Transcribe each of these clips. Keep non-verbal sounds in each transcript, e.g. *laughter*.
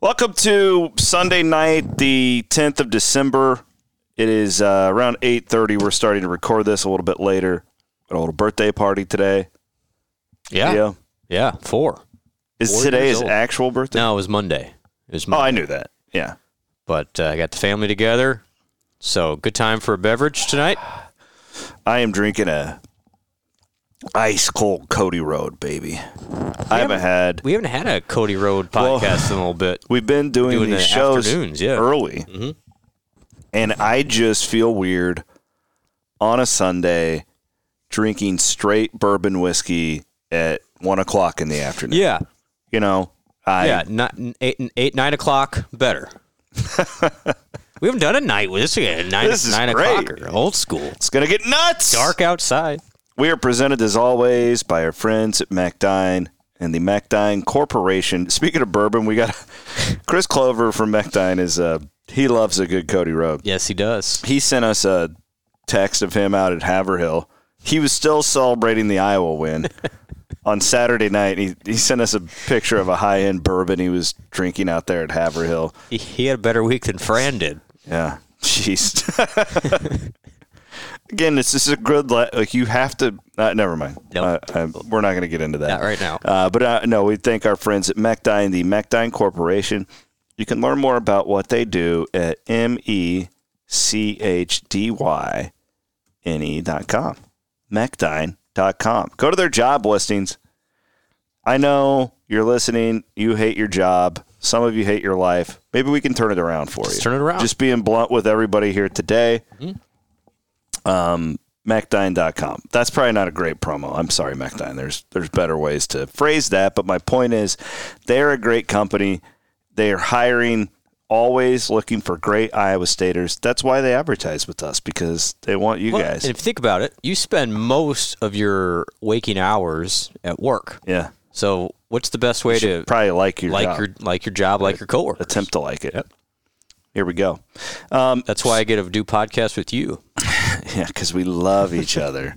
Welcome to Sunday night, the 10th of December. It is uh, around 8:30. We're starting to record this a little bit later. Got a little birthday party today. Yeah. Yeah. yeah four. Is four today his actual birthday? No, it was Monday. It was Monday. Oh, I knew that. Yeah. But uh, I got the family together. So, good time for a beverage tonight. I am drinking a ice cold Cody Road, baby. We I haven't, haven't had. We haven't had a Cody Road podcast well, in a *laughs* little bit. We've been doing, doing these the shows afternoons, yeah. early, mm-hmm. and I just feel weird on a Sunday drinking straight bourbon whiskey at one o'clock in the afternoon. Yeah, you know, I yeah, not, eight, eight nine o'clock *laughs* better. we haven't done a night with this again. Nine, this nine is great. o'clock, old school. It's gonna get nuts. Dark outside. We are presented as always by our friends at MacDine and the MacDine Corporation. Speaking of bourbon, we got *laughs* Chris Clover from MacDine is uh he loves a good Cody Road. Yes, he does. He sent us a text of him out at Haverhill. He was still celebrating the Iowa *laughs* win on Saturday night. He he sent us a picture of a high end bourbon he was drinking out there at Haverhill. He, he had a better week than Fran did. Yeah. *laughs* Jeez. again, it's just a good like you have to. Uh, never mind. Nope. Uh, I, we're not going to get into that not right now. Uh, but no, we thank our friends at MacDine, the MacDine Corporation. You can learn more about what they do at m e c h d y n e dot com, MacDine dot com. Go to their job listings. I know you're listening. You hate your job. Some of you hate your life. Maybe we can turn it around for Let's you. Turn it around. Just being blunt with everybody here today. Mm-hmm um, MacDine.com. That's probably not a great promo. I'm sorry, MacDine. There's there's better ways to phrase that, but my point is, they're a great company. They are hiring, always looking for great Iowa Staters. That's why they advertise with us because they want you well, guys. And if you think about it, you spend most of your waking hours at work. Yeah. So what's the best way to probably like your like job. your like your job, like your coworkers? Attempt to like it. Yep. Here we *laughs* go. Um, That's why I get to do podcasts with you. yeah, because we love each *laughs* other.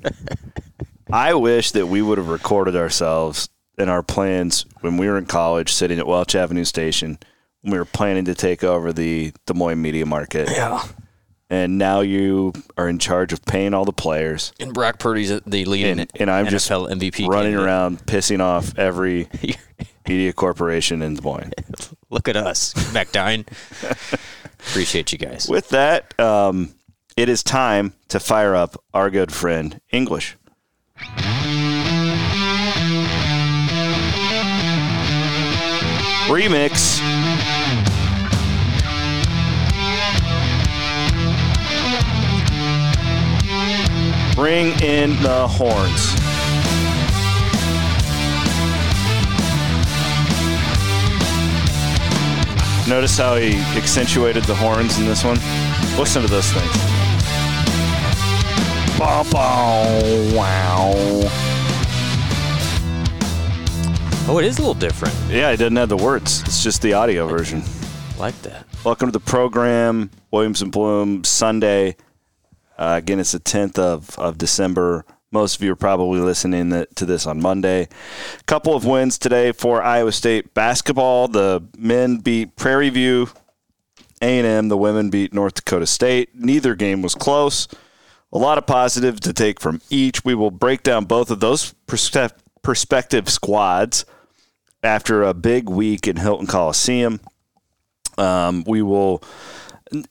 I wish that we would have recorded ourselves and our plans when we were in college, sitting at Welch Avenue Station. When we were planning to take over the Des Moines media market. Yeah. And now you are in charge of paying all the players. And Brock Purdy's the leading and, and I'm NFL just MVP running candidate. around pissing off every media corporation in Des Moines. *laughs* Look at us, *laughs* MacDine. Appreciate you guys. With that, um, it is time to fire up our good friend English. Remix. Bring in the horns. Notice how he accentuated the horns in this one. Listen to those things. Bow, bow, wow. Oh, it is a little different. Yeah, it doesn't have the words. It's just the audio version. like that. Welcome to the program, Williams and Bloom Sunday. Uh, again, it's the 10th of, of December. Most of you are probably listening to this on Monday. A couple of wins today for Iowa State basketball. The men beat Prairie View, A&M. The women beat North Dakota State. Neither game was close. A lot of positives to take from each. We will break down both of those prospective squads after a big week in Hilton Coliseum. Um, we will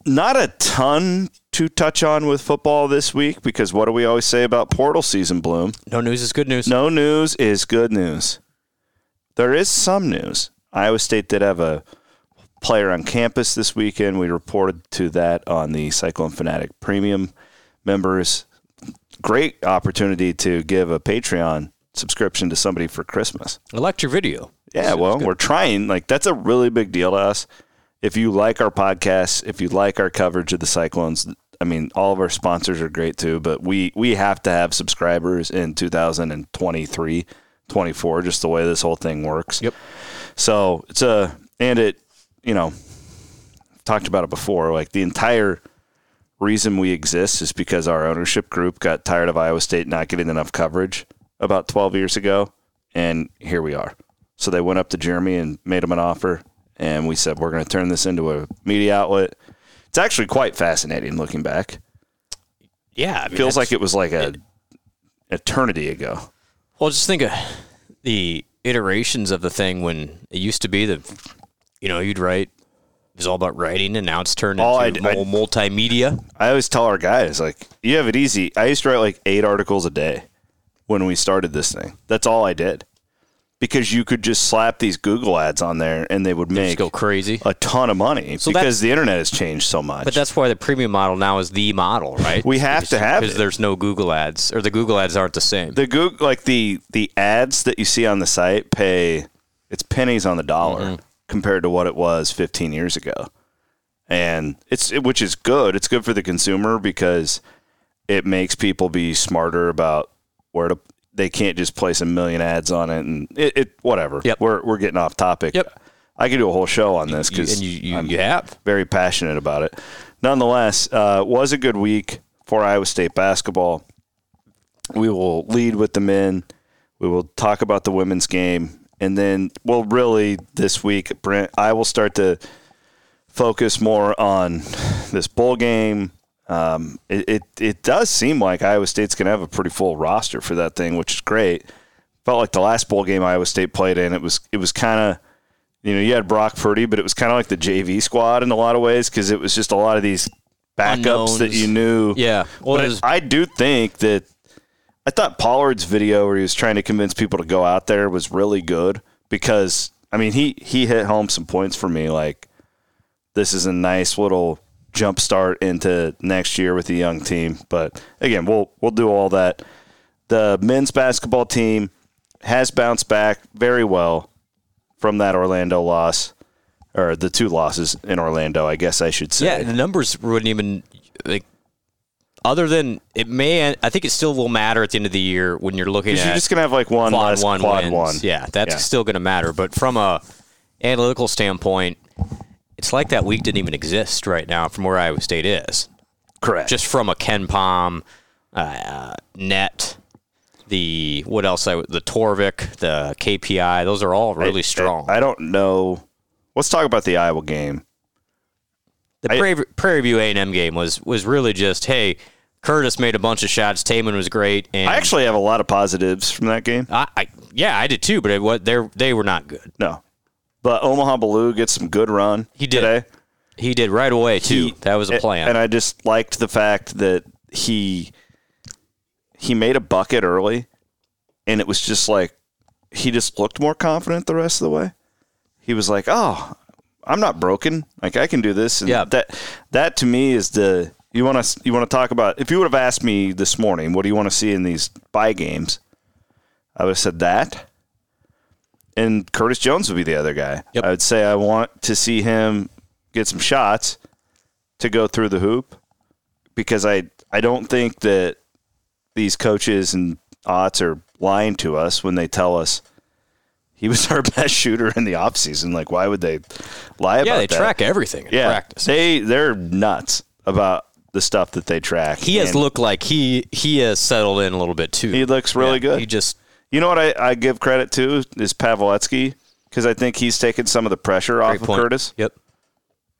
not a ton to touch on with football this week because what do we always say about portal season, Bloom? No news is good news. No news is good news. There is some news. Iowa State did have a player on campus this weekend. We reported to that on the Cyclone Fanatic Premium members. Great opportunity to give a Patreon subscription to somebody for Christmas. I liked your video. Yeah, well, we're trying. Like that's a really big deal to us. If you like our podcast, if you like our coverage of the Cyclones, I mean, all of our sponsors are great too, but we we have to have subscribers in 2023, 24 just the way this whole thing works. Yep. So, it's a and it, you know, talked about it before, like the entire reason we exist is because our ownership group got tired of Iowa State not getting enough coverage about 12 years ago, and here we are. So they went up to Jeremy and made him an offer, and we said we're going to turn this into a media outlet. It's actually quite fascinating looking back. Yeah, I mean, Feels that's- like it was like a eternity ago. Well, just think of the iterations of the thing when it used to be the, you know, you'd write. It was all about writing, and now it's turned All into I'd- mul- multimedia. I always tell our guys like you have it easy. I used to write like eight articles a day when we started this thing. That's all I did because you could just slap these Google ads on there and they would They make just go crazy. a ton of money So because the internet has changed so much. But that's why the premium model now is the model, right? We have to have because it. there's no Google ads, or the Google ads aren't the same. the Google like the the ads that you see on the site pay it's pennies on the dollar Mm-hmm. compared to what it was 15 years ago. And it's which is good. It's good for the consumer because it makes people be smarter about where to they can't just place a million ads on it and it, it whatever. Yep. We're we're getting off topic. Yep. I could do a whole show on this You- because and you, you, you have. very passionate about it. Nonetheless, uh, was a good week for Iowa State basketball. We will lead with the men. We will talk about the women's game, and then well, really this week, Brent, I will start to focus more on this bowl game. Um, it, it it does seem like Iowa State's going to have a pretty full roster for that thing, which is great. Felt like the last bowl game Iowa State played in, it was it was kind of you know, you had Brock Purdy, but it was kind of like the JV squad in a lot of ways because it was just a lot of these backups Unknowns. that you knew. Yeah. Well, But it was- I, I do think that I thought Pollard's video where he was trying to convince people to go out there was really good because I mean he he hit home some points for me like this is a nice little jump start into next year with the young team. But again, we'll we'll do all that. The men's basketball team has bounced back very well from that Orlando loss or the two losses in Orlando, I guess I should say. Yeah, the numbers wouldn't even like. Other than it may, I think it still will matter at the end of the year when you're looking at. Because you're just gonna have like one quad less one quad wins. one. Yeah, that's Yeah. still going to matter. But from a analytical standpoint, it's like that week didn't even exist right now from where Iowa State is. correct. Just from a Ken Palm, uh, net, the what else? I, the Torvik, the KPI. Those are all really strong. I don't know. Let's talk about the Iowa game. the I- Prairie, Prairie View A and M game was was really just hey, Curtis made a bunch of shots. Taman was great. And I actually have a lot of positives from that game. I, I yeah, I did too. But it, what they they were not good. No. But Omaha Baloo gets some good run He did. today. He did right away too. He- that was a and- plan. And I just liked the fact that he he made a bucket early and it was just like he just looked more confident the rest of the way. He was like, "Oh, I'm not broken. Like I can do this." And Yeah. that that to me is the you want to you want to talk about if you would have asked me this morning, what do you want to see in these bye games? I would have said that. And Curtis Jones would be the other guy. Yep. I would say I want to see him get some shots to go through the hoop because I I don't think that these coaches and odds are lying to us when they tell us he was *laughs* our best shooter in the offseason. Like why would they lie about yeah, they that? track everything in yeah, practice. They they're nuts about the stuff that they track. He has And looked like he he has settled in a little bit too. He looks really Yeah, good. He just You know what I, I give credit to is Pavletsky because I think he's taken some of the pressure off great of point. Curtis. Yep.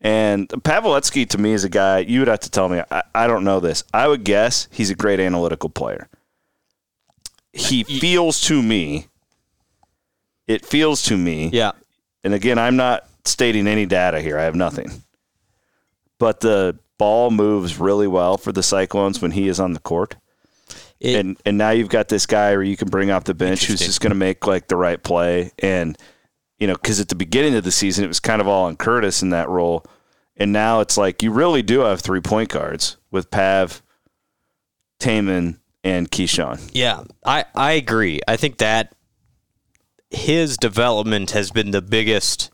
And Pavletsky to me is a guy you would have to tell me. I, I don't know this. I would guess he's a great analytical player. He feels to me. It feels to me. Yeah. And again, I'm not stating any data here. I have nothing. But the ball moves really well for the Cyclones when he is on the court. It- and and now you've got this guy where you can bring off the bench who's Interesting. just going to make like the right play and you know because at the beginning of the season it was kind of all on Curtis in that role and now it's like you really do have three point guards with Pav, Taman, and Keyshawn. Yeah. I I agree. I think that his development has been the biggest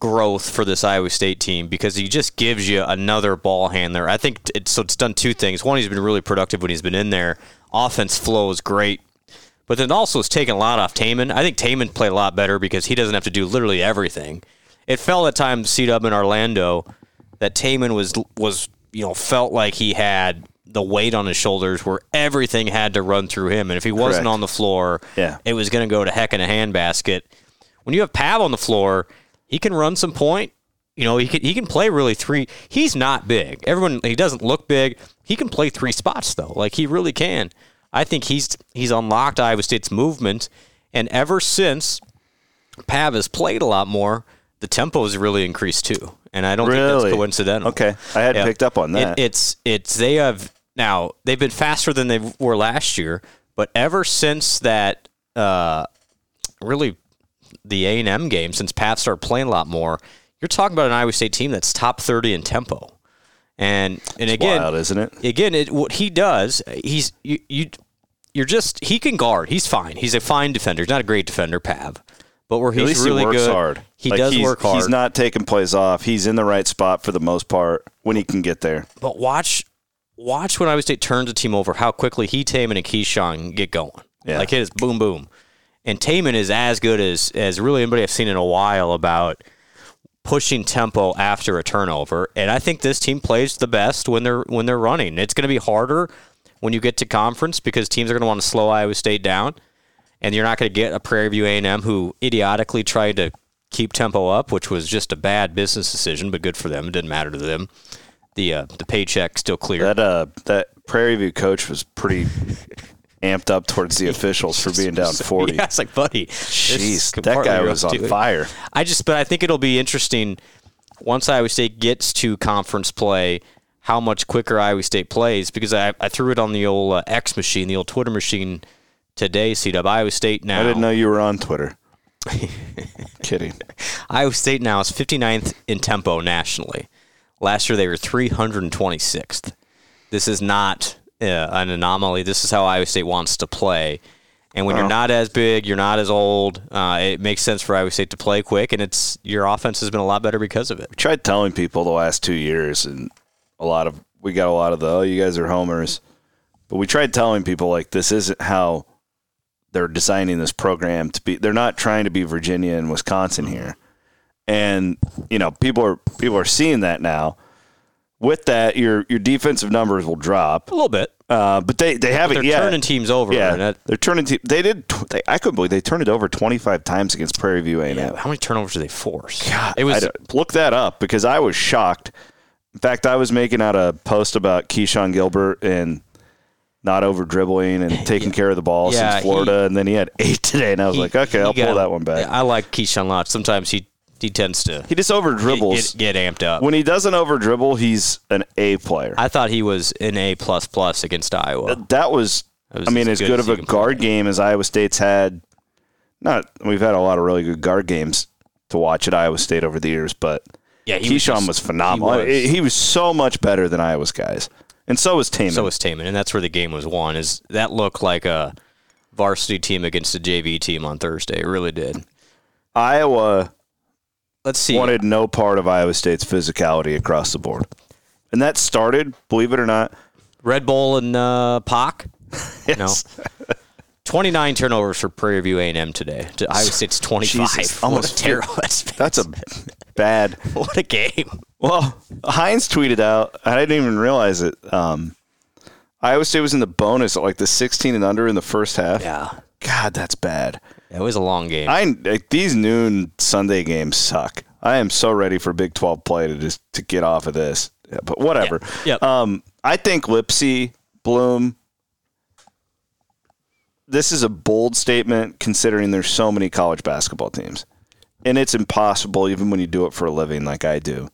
growth for this Iowa State team because he just gives you another ball handler. I think t- it's, so. It's done two things. One, he's been really productive when he's been in there. Offense flows great, but then also it's taken a lot off Taman. I think Taman played a lot better because he doesn't have to do literally everything. It felt at times, C Dub in Orlando, that Taman was was you know felt like he had the weight on his shoulders where everything had to run through him, and if he wasn't Correct. on the floor, Yeah. it was going to go to heck in a handbasket. When you have Pav on the floor, he can run some point. You know, he can he can play really three. He's not big. Everyone he doesn't look big. He can play three spots though. Like he really can. I think he's he's unlocked Iowa State's movement, and ever since Pav has played a lot more, the tempo has really increased too. And I don't think Really? that's coincidental. Okay. I hadn't picked up on It- that. it's it's they have now they've been faster than they were last year, but ever since that uh, really the A and M game, since Pat started playing a lot more, you're talking about an Iowa State team that's top thirty in tempo. And and again, wild, isn't it? Again, it, what he does, he's you, you you're just he can guard. He's fine. He's a fine defender. He's not a great defender, Pav. But where he's At least really he works good, hard. he Like, does he's- work hard. He's not taking plays off. He's in the right spot for the most part when he can get there. But watch, watch when Iowa State turns a team over, how quickly he, Taman, and Keyshawn get going. Yeah. Like it is boom, boom. And Taman is as good as as really anybody I've seen in a while about pushing tempo after a turnover. And I think this team plays the best when they're when they're running. It's going to be harder when you get to conference because teams are going to want to slow Iowa State down, and you're not going to get a Prairie View A&M who idiotically tried to keep tempo up, which was just a bad business decision, but good for them. It didn't matter to them. The uh, the paycheck still clear. That uh, that Prairie View coach was *laughs* pretty amped up towards the officials for being down forty. Yeah, it's like, buddy, Jeez, that guy was *laughs* on fire. fire. I just, but I think it'll be interesting once Iowa State gets to conference play, how much quicker Iowa State plays because I, I threw it on the old uh, X machine, the old Twitter machine today. C Dub Iowa State now. I didn't know you were on *laughs* Twitter. Kidding. Iowa State now is 59th in tempo nationally. Last year they were 326th. This is not uh, an anomaly. This is how Iowa State wants to play. And when you're not as big, you're not as old, uh, it makes sense for Iowa State to play quick, and it's your offense has been a lot better because of it. Tried telling people the last two years, and a lot of we got a lot of the oh, you guys are homers. But we tried telling people like this isn't how they're designing this program to be. They're not trying to be Virginia and Wisconsin here, and you know people are people are seeing that now. With that, your your defensive numbers will drop, A little bit. uh, but they they haven't They're yet. turning teams over. Yeah, and that- they're turning. Te- they did. T- they, I couldn't believe they turned it over 25 times against Prairie View A&M. how many turnovers do they force? it I was don't- uh, look that up because I was shocked. In fact, I was making out a post about Keyshawn Gilbert and not over dribbling *laughs* and taking care of the ball Yeah, since Florida, and then he had eight today, and I was he- like, okay, he I'll got- pull that one back. I like Keyshawn Lott. Sometimes he he tends to he just over dribbles. get, get amped up. when he doesn't over dribble, he's an A player. I thought he was an A plus plus against Iowa. that was, That was I mean, as as good good, of as you a can guard game as Iowa State's had. Not we've had a lot of really good guard games to watch at Iowa State over the years, but Yeah, he was Keyshawn was, just- phenomenal. he I- was. He was. so much better than Iowa's guys, and so was Taman. So was Taman, and that's where the game was won. Is that looked like a varsity team against a JV team on Thursday? It really did. Iowa Let's see. wanted no part of Iowa State's physicality across the board, and that started, believe it or not, Red Bull and *laughs* uh, Pac. No. 29 turnovers for Prairie View A&M today. To Iowa State's 25. Jesus, almost almost what a terrible. *laughs* that's a bad. what a game. Well, Hines tweeted out, and I didn't even realize it. Um, Iowa State was in the bonus at like the 16 and under in the first half. Yeah. God, that's bad. It was a long game. I like, these noon Sunday games suck. I am so ready for Big 12 play to just to get off of this. Yeah, but whatever. Yeah. Yep. Um, I think Lipsy Bloom. This is a bold statement considering there's so many college basketball teams, and it's impossible even when you do it for a living like I do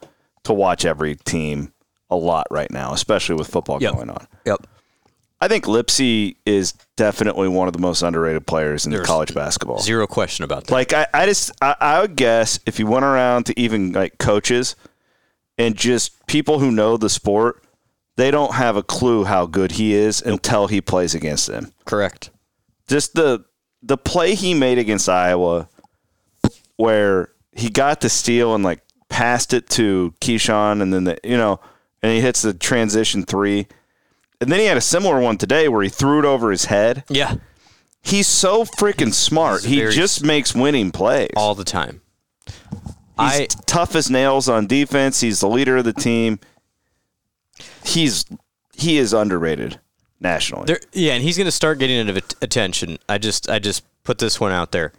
to watch every team a lot right now, especially with football Yep. going on. yep. I think Lipsy is definitely one of the most underrated players in There's college basketball. Zero question about that. Like I, I just I, I would guess if you went around to even like coaches and just people who know the sport, they don't have a clue how good he is until he plays against them. Correct. Just the the play he made against Iowa, where he got the steal and like passed it to Keyshawn, and then the you know, and he hits the transition three, and then he had a similar one today where he threw it over his head. Yeah, He's so freaking smart. He's he very- just makes winning plays. all the time. He's I tough as nails on defense. He's the leader of the team. He's he is underrated nationally. there, yeah, and he's going to start getting into at- attention. I just I just put this one out there.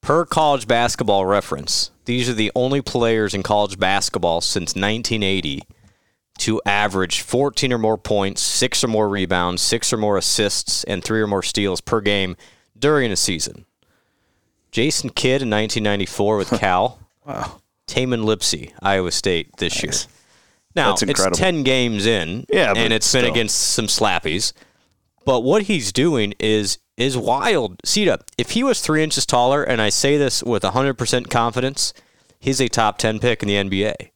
Per college basketball reference, these are the only players in college basketball since 1980 to average 14 or more points, six or more rebounds, six or more assists, and three or more steals per game during a season. Jason Kidd in *laughs* 1994 with Cal. wow. Taman Lipsey, Iowa State this year. Now, That's it's incredible. 10 games in, Yeah, but and it's been still. against some slappies. But what he's doing is is wild. Cita, if he was three inches taller, and I say this with 100% confidence, he's a top 10 pick in the NBA.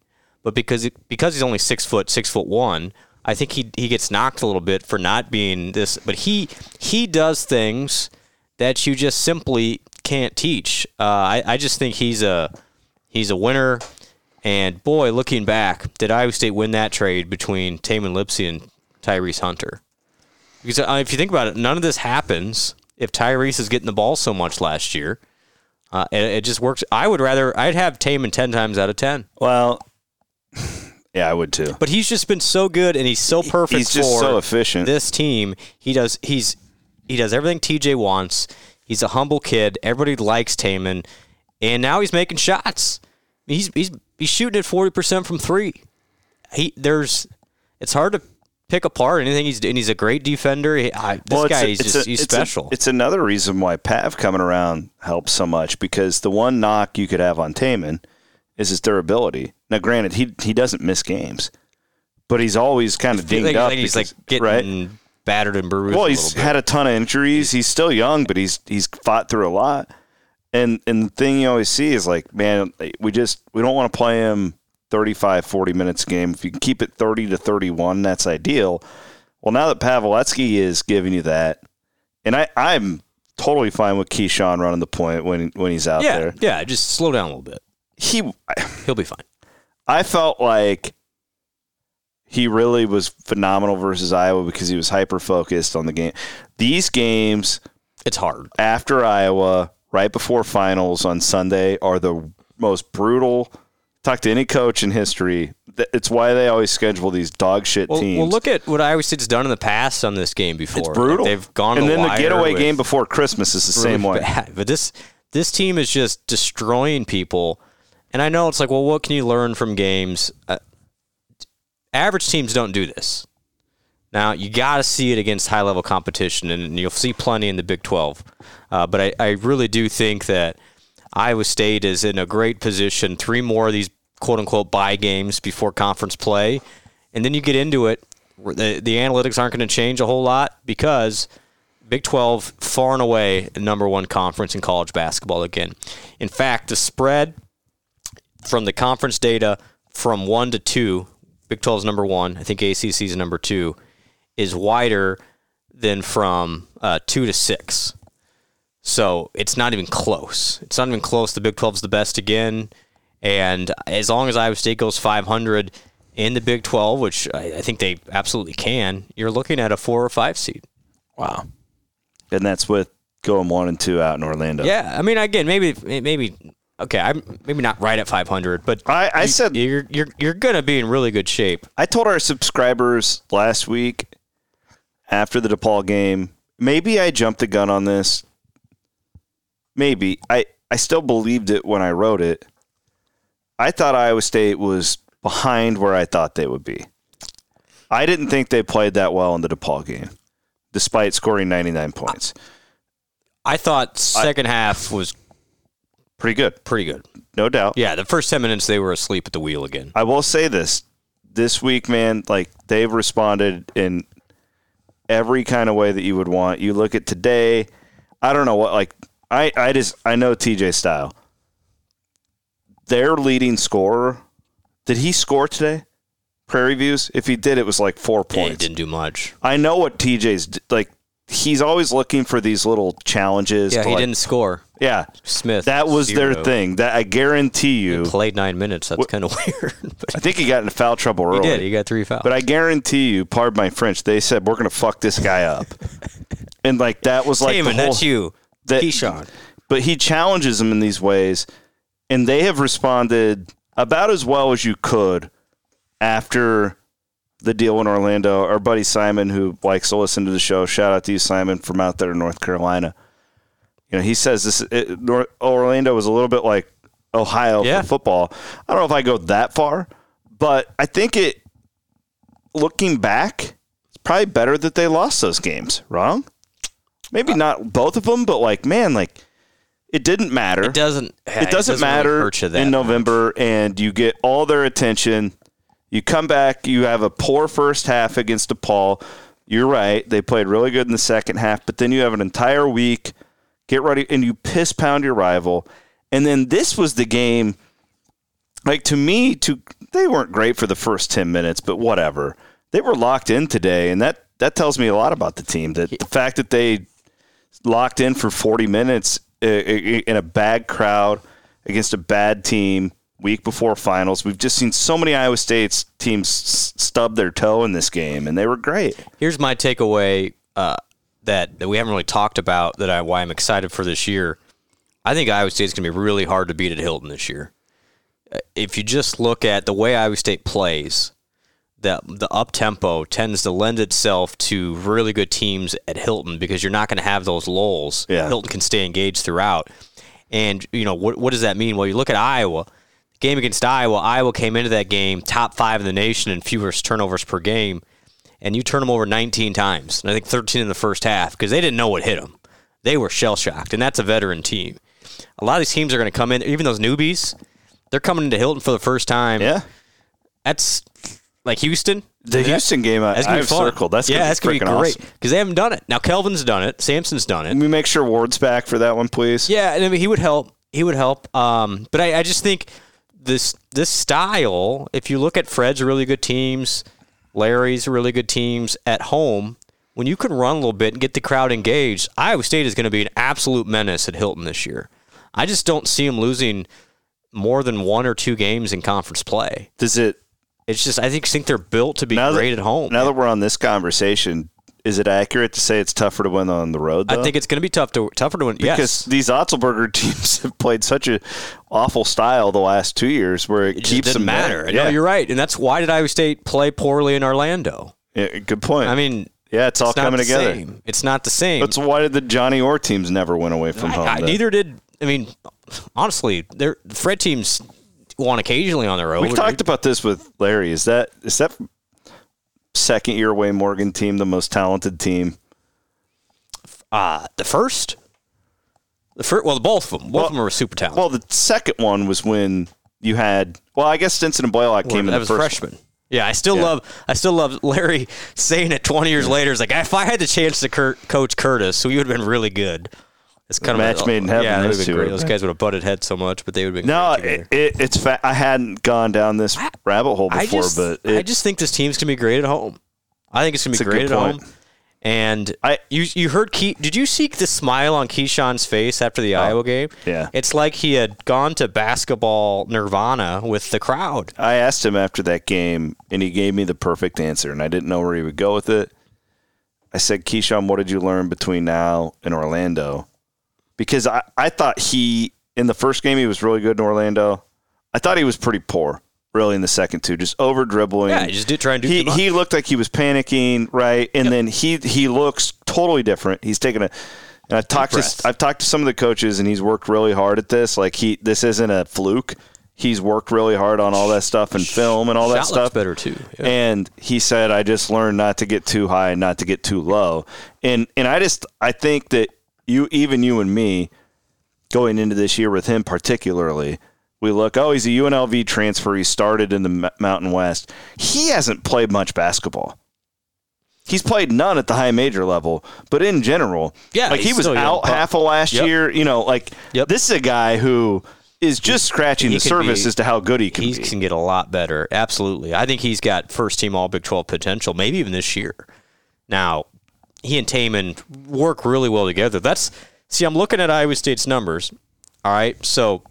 But because because he's only six foot, six foot one, I think he he gets knocked a little bit for not being this. But he he does things that you just simply can't teach. Uh, I I just think he's a he's a winner. And boy, looking back, did Iowa State win that trade between Taman Lipsey and Tyrese Hunter? Because uh, if you think about it, none of this happens if Tyrese is getting the ball so much last year. Uh, it, it just works. I would rather I'd have Taman ten times out of ten, well, yeah, I would too. but he's just been so good and he's so perfect. He's just for so efficient. This team, he does he's he does everything TJ wants. He's a humble kid. Everybody likes Taman, and now he's making shots. He's he's he's shooting at forty percent from three. He there's it's hard to pick apart anything he's doing. He's a great defender. He, I, this Well, it's guy a- he's it's just a- he's it's a- special. it's another reason why Pav coming around helps so much because the one knock you could have on Taman is his durability. Now, granted, he he doesn't miss games, but he's always kind of I dinged think- I up. think he's because- like getting right. battered and bruised. Well, a he's little bit. had a ton of injuries. He's still young, but he's he's fought through a lot. And and the thing you always see is like, man, we just we don't want to play him 35, 40 minutes a game. If you can keep it 30 to 31, that's ideal. Well, now that Pavletsky is giving you that, and I I'm totally fine with Keyshawn running the point when when he's out yeah, there. yeah. Just slow down a little bit. He He'll be fine. I felt like he really was phenomenal versus Iowa because he was hyper focused on the game. These games It's hard. after Iowa, right before finals on Sunday, are the most brutal. Talk to any coach in history. Th- It's why they always schedule these dog shit Well, teams. well, look at what Iowa State's done in the past on this game before. it's brutal. Like, they've gone and to then the wire getaway with game before Christmas is the same really way. bad. *laughs* But this this team is just destroying people. And I know it's like, well, what can you learn from games? Uh, average teams don't do this. Now you got to see it against high level competition, and you'll see plenty in the Big Twelve. Uh, but I, I really do think that Iowa State is in a great position. Three more of these quote unquote bye games before conference play, and then you get into it. where The, the analytics aren't going to change a whole lot because Big 12 far and away the number one conference in college basketball again. In fact, the spread from the conference data from one to two, Big 12 is number one. I think ACC is number two, is wider than from uh, two to six. So it's not even close. It's not even close. The Big 12 is the best again. And as long as Iowa State goes 500 in the Big 12, which I, I think they absolutely can, you're looking at a four or five seed. Wow. And that's with going one and two out in Orlando. Yeah, I mean, again, maybe, maybe, okay, I'm maybe not right at 500, but I, I said you're you're you're gonna be in really good shape. I told our subscribers last week after the DePaul game, maybe I jumped the gun on this. Maybe. I, I still believed it when I wrote it. I thought Iowa State was behind where I thought they would be. I didn't think they played that well in the DePaul game, despite scoring 99 points. I thought second half was Pretty good, pretty good. no doubt. Yeah, the first ten minutes they were asleep at the wheel again. I will say this this week, man, like they've responded in every kind of way that you would want. You look at today, I don't know what like I, I just I know TJ style. Their leading scorer, did he score today? Prairie Views? If he did, it was like four They points. didn't do much. I know what TJ's d- like. he's always looking for these little challenges. Yeah, to he like- didn't score. Yeah, Smith, That was their zero. thing. That I guarantee you. Played nine minutes. That's kind of *laughs* weird. I But think he got in foul trouble he early. did. He got three fouls. But I guarantee you, pardon my French, they said we're gonna fuck this guy *laughs* up, and like that was like Damon, the whole, that's you. that- Keyshawn. But he challenges them in these ways, and they have responded about as well as you could after the deal in Orlando. Our buddy Simon, who likes to listen to the show, shout out to you, Simon, from out there in North Carolina. You know, he says this it, Nor- Orlando was a little bit like Ohio Yeah. for football. I don't know if I go that far, but I think it. Looking back, it's probably better that they lost those games. Wrong? Maybe not both of them, but like, man, like it didn't matter. It doesn't. yeah, It doesn't really matter hurt you that in much. November, and you get all their attention. You come back, you have a poor first half against DePaul. You're right; they played really good in the second half, but then you have an entire week. Get ready, and you piss pound your rival. And then this was the game. Like to me, to they weren't great for the first ten minutes, but whatever. They were locked in today, and that that tells me a lot about the team. That the fact that they locked in for 40 minutes uh, in a bad crowd against a bad team week before finals. We've just seen so many Iowa State's teams s- stub their toe in this game, and they were great. Here's my takeaway uh, that that we haven't really talked about that I why I'm excited for this year. I think Iowa State's going to be really hard to beat at Hilton this year. Uh, If you just look at the way Iowa State plays, the the up tempo tends to lend itself to really good teams at Hilton because you're not going to have those lulls. Yeah. Hilton can stay engaged throughout. And you know what what does that mean? Well, you look at Iowa. Game against Iowa, Iowa came into that game top five in the nation in fewest turnovers per game and you turn them over 19 times, and I think 13 in the first half because they didn't know what hit them. They were shell shocked, and that's a veteran team. A lot of these teams are going to come in, even those newbies, they're coming into Hilton for the first time. Yeah. That's like Houston. The That- Houston game, I, that's gonna be I've fun. circled. That's yeah, gonna that's be going to be freaking great awesome. because they haven't done it. Now Kelvin's done it. Samson's done it. Can we make sure Ward's back for that one, please? Yeah, and I mean he would help. He would help. Um, but I, I just think this this style. If you look at Fred's really good teams, Larry's really good teams at home. When you can run a little bit and get the crowd engaged, Iowa State is going to be an absolute menace at Hilton this year. I just don't see him losing more than one or two games in conference play. Does it It's just I think think they're built to be now great that, at home. Now that we're on this conversation, is it accurate to say it's tougher to win on the road? I though? think it's going to be tough to tougher to win. because yes, these Otzelberger *laughs* teams have played such an awful style the last two years, where it, it just keeps them doesn't there. matter. Yeah, No, you're right, and that's why did Iowa State play poorly in Orlando? Yeah, good point. I mean, Yeah, it's all not coming the together. same. It's not the same. That's why did the Johnny Orr teams never win away from home? I, I- then? neither did. I mean, honestly, their the Fred teams won occasionally on their road. We've talked about this with Larry. Is that is that second year Way Morgan team the most talented team? uh, the first. The first, well, both of them. Both Well- of them were super talented. Well, the second one was when you had. Well, I guess Stinson and Blaylock came in that the was first. one. freshman. Yeah, I still love. I still love Larry *laughs* saying it 20 years later. It's like if I had the chance to cur- coach Curtis, we would have been really good. It's kind of Match made in heaven, Yeah, they those would have been two. great. Those guys would have butted heads so much, but they would have been No, great together. it, it, it's fa- I hadn't gone down this rabbit hole I before, just, but I it, just think this team's gonna be great at home. I think it's gonna It's a be great good at point. home. And I- you you heard Ke- did you see the smile on Keyshawn's face after the Iowa game? Oh, yeah. it's like he had gone to basketball nirvana with the crowd. I asked him after that game, and he gave me the perfect answer, and I didn't know where he would go with it. I said, Keyshawn, what did you learn between now and Orlando? Because I, I thought he, in the first game, he was really good in Orlando. I thought he was pretty poor, really, in the second two, just over dribbling. Yeah, he just did try and do He, too much. he looked like he was panicking, right? And then he he looks totally different. He's taking a. And I've talked breath. to I've talked to some of the coaches, and he's worked really hard at this. Like he, this isn't a fluke. He's worked really hard on all that stuff and film and all that Shot looks stuff. better too. Yeah. And he said, "I just learned not to get too high and not to get too low." And and I just I think that you even you and me going into this year with him particularly. We look, oh, he's a UNLV transfer. He started in the M- Mountain West. He hasn't played much basketball. He's played none at the high major level, but in general, Yeah, like he he's was still a young out pup. half of last Yep. year. You know, like Yep. this is a guy who is just scratching He the could surface be- as to how good he can He be. can get a lot better. Absolutely, I think he's got first team All Big Twelve potential, maybe even this year. Now, he and Taman work really well together. That's see, I'm looking at Iowa State's numbers. All right, so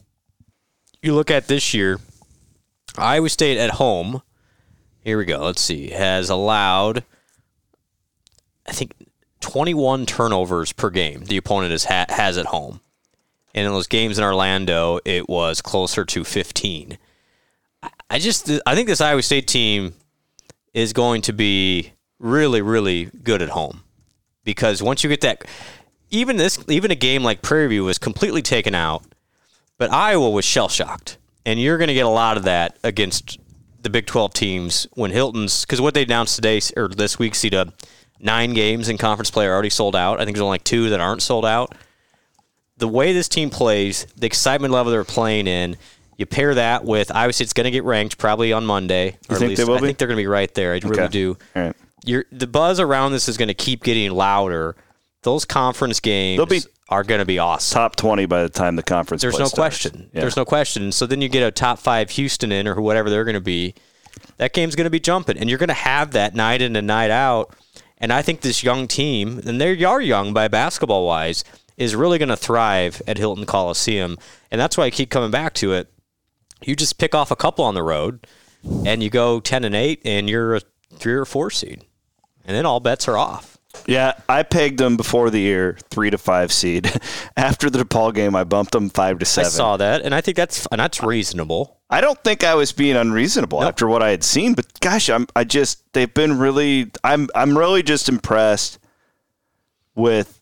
you look at this year, Iowa State at home. Here we go. Let's see. Has allowed, I think, 21 turnovers per game. The opponent is ha- has at home. And in those games in Orlando, it was closer to 15. I- I just, I think this Iowa State team is going to be really, really good at home because once you get that, even this, even a game like Prairie View was completely taken out, but Iowa was shell shocked, and you're going to get a lot of that against the Big 12 teams when Hilton's because what they announced today or this week, see Dub, nine games in conference play are already sold out. I think there's only like two that aren't sold out. The way this team plays, the excitement level they're playing in. You pair that with Iowa State's going to get ranked probably on Monday. Or think they will I be? think they're going to be right there. I really Okay. do All right. you're, the buzz around this is going to keep getting louder. Those conference games They'll be- are going to be awesome. Top 20 by the time the conference There's play no starts. question. Yeah. There's no question. So then you get a top five Houston in or whatever they're going to be. That game's going to be jumping, and you're going to have that night in and night out. And I think this young team, and they are young by basketball wise, is really going to thrive at Hilton Coliseum. And that's why I keep coming back to it. You just pick off a couple on the road, and you go ten and eight, and you're a three or four seed, and then all bets are off. Yeah, I pegged them before the year three to five seed. *laughs* After the DePaul game, I bumped them five to seven. I saw that, and I think that's and that's reasonable. I don't think I was being unreasonable after what I had seen, but gosh, I'm I just they've been really I'm I'm really just impressed with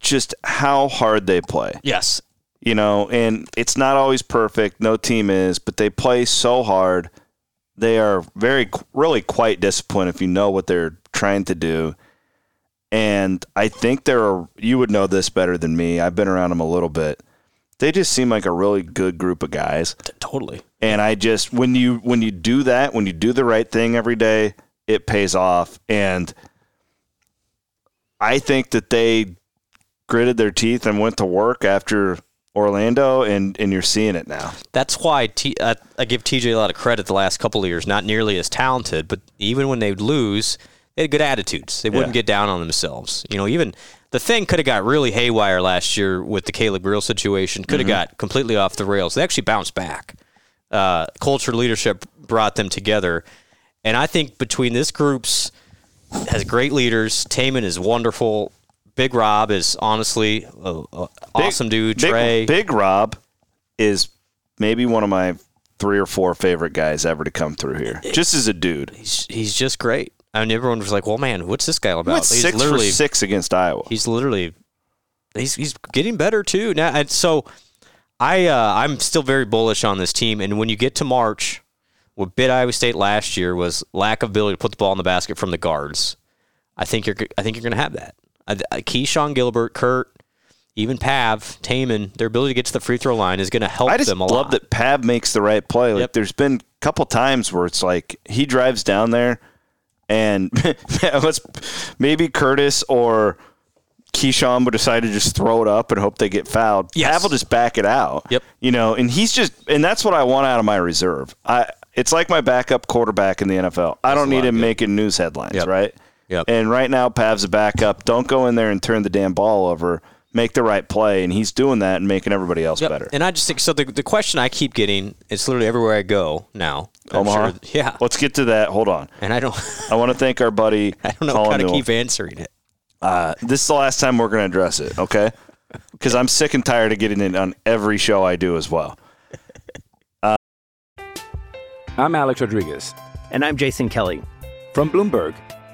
just how hard they play. Yes, You know, and it's not always perfect, no team is, but they play so hard. They are very really quite disciplined if you know what they're trying to do. And I think there are you would know this better than me. I've been around them a little bit. They just seem like a really good group of guys. t- totally. And I just when you when you do that, when you do the right thing every day, it pays off. And I think that they gritted their teeth and went to work after Orlando and and you're seeing it now. That's why T- I, I give TJ a lot of credit the last couple of years. Not nearly as talented, but even when they'd lose, they had good attitudes. They wouldn't Yeah. get down on themselves. You know, even the thing could have got really haywire last year with the Caleb Real situation. Mm-hmm. Could have got completely off the rails. They actually bounced back. Uh, culture leadership brought them together, and I think between this group's has great leaders. Taman is wonderful. Big Rob is honestly a, a awesome dude. Big- Trey, Big Rob is maybe one of my three or four favorite guys ever to come through here. Just as a dude. he's, he's just great. I mean, everyone was like, "Well, man, what's this guy all He about?" went he's six for literally, six against Iowa. he's literally, he's he's getting better too now. And so, I uh, I'm still very bullish on this team. And when you get to March, what bit Iowa State last year was lack of ability to put the ball in the basket from the guards. I think you're I think you're going to have that. I, I, Keyshawn Gilbert, Kurt, even Pav, Taman, their ability to get to the free throw line is going to help I just them a love lot. that Pab makes the right play. Like Yep. there's been a couple times where it's like he drives down there and *laughs* let's maybe Curtis or Keyshawn would decide to just throw it up and hope they get fouled. Yes. Pab will just back it out. Yep. You know, and he's just and that's what I want out of my reserve. I it's like my backup quarterback in the NFL. I don't need him making news headlines, Yep. right? Yep. And right now Pav's a backup. Don't go in there and turn the damn ball over. Make the right play, and he's doing that and making everybody else Yep. better. And I just think so. The, the question I keep getting, it's literally everywhere I go now. I'm Omaha. sure- yeah. Let's get to that. Hold on. and I don't, *laughs* I want to thank our buddy. I don't know Colin how to Newell. keep answering it. This is the last time we're going to address it, *laughs* okay? Because I'm sick and tired of getting it on every show I do as well. I'm Alex Rodriguez. And I'm Jason Kelly. From Bloomberg,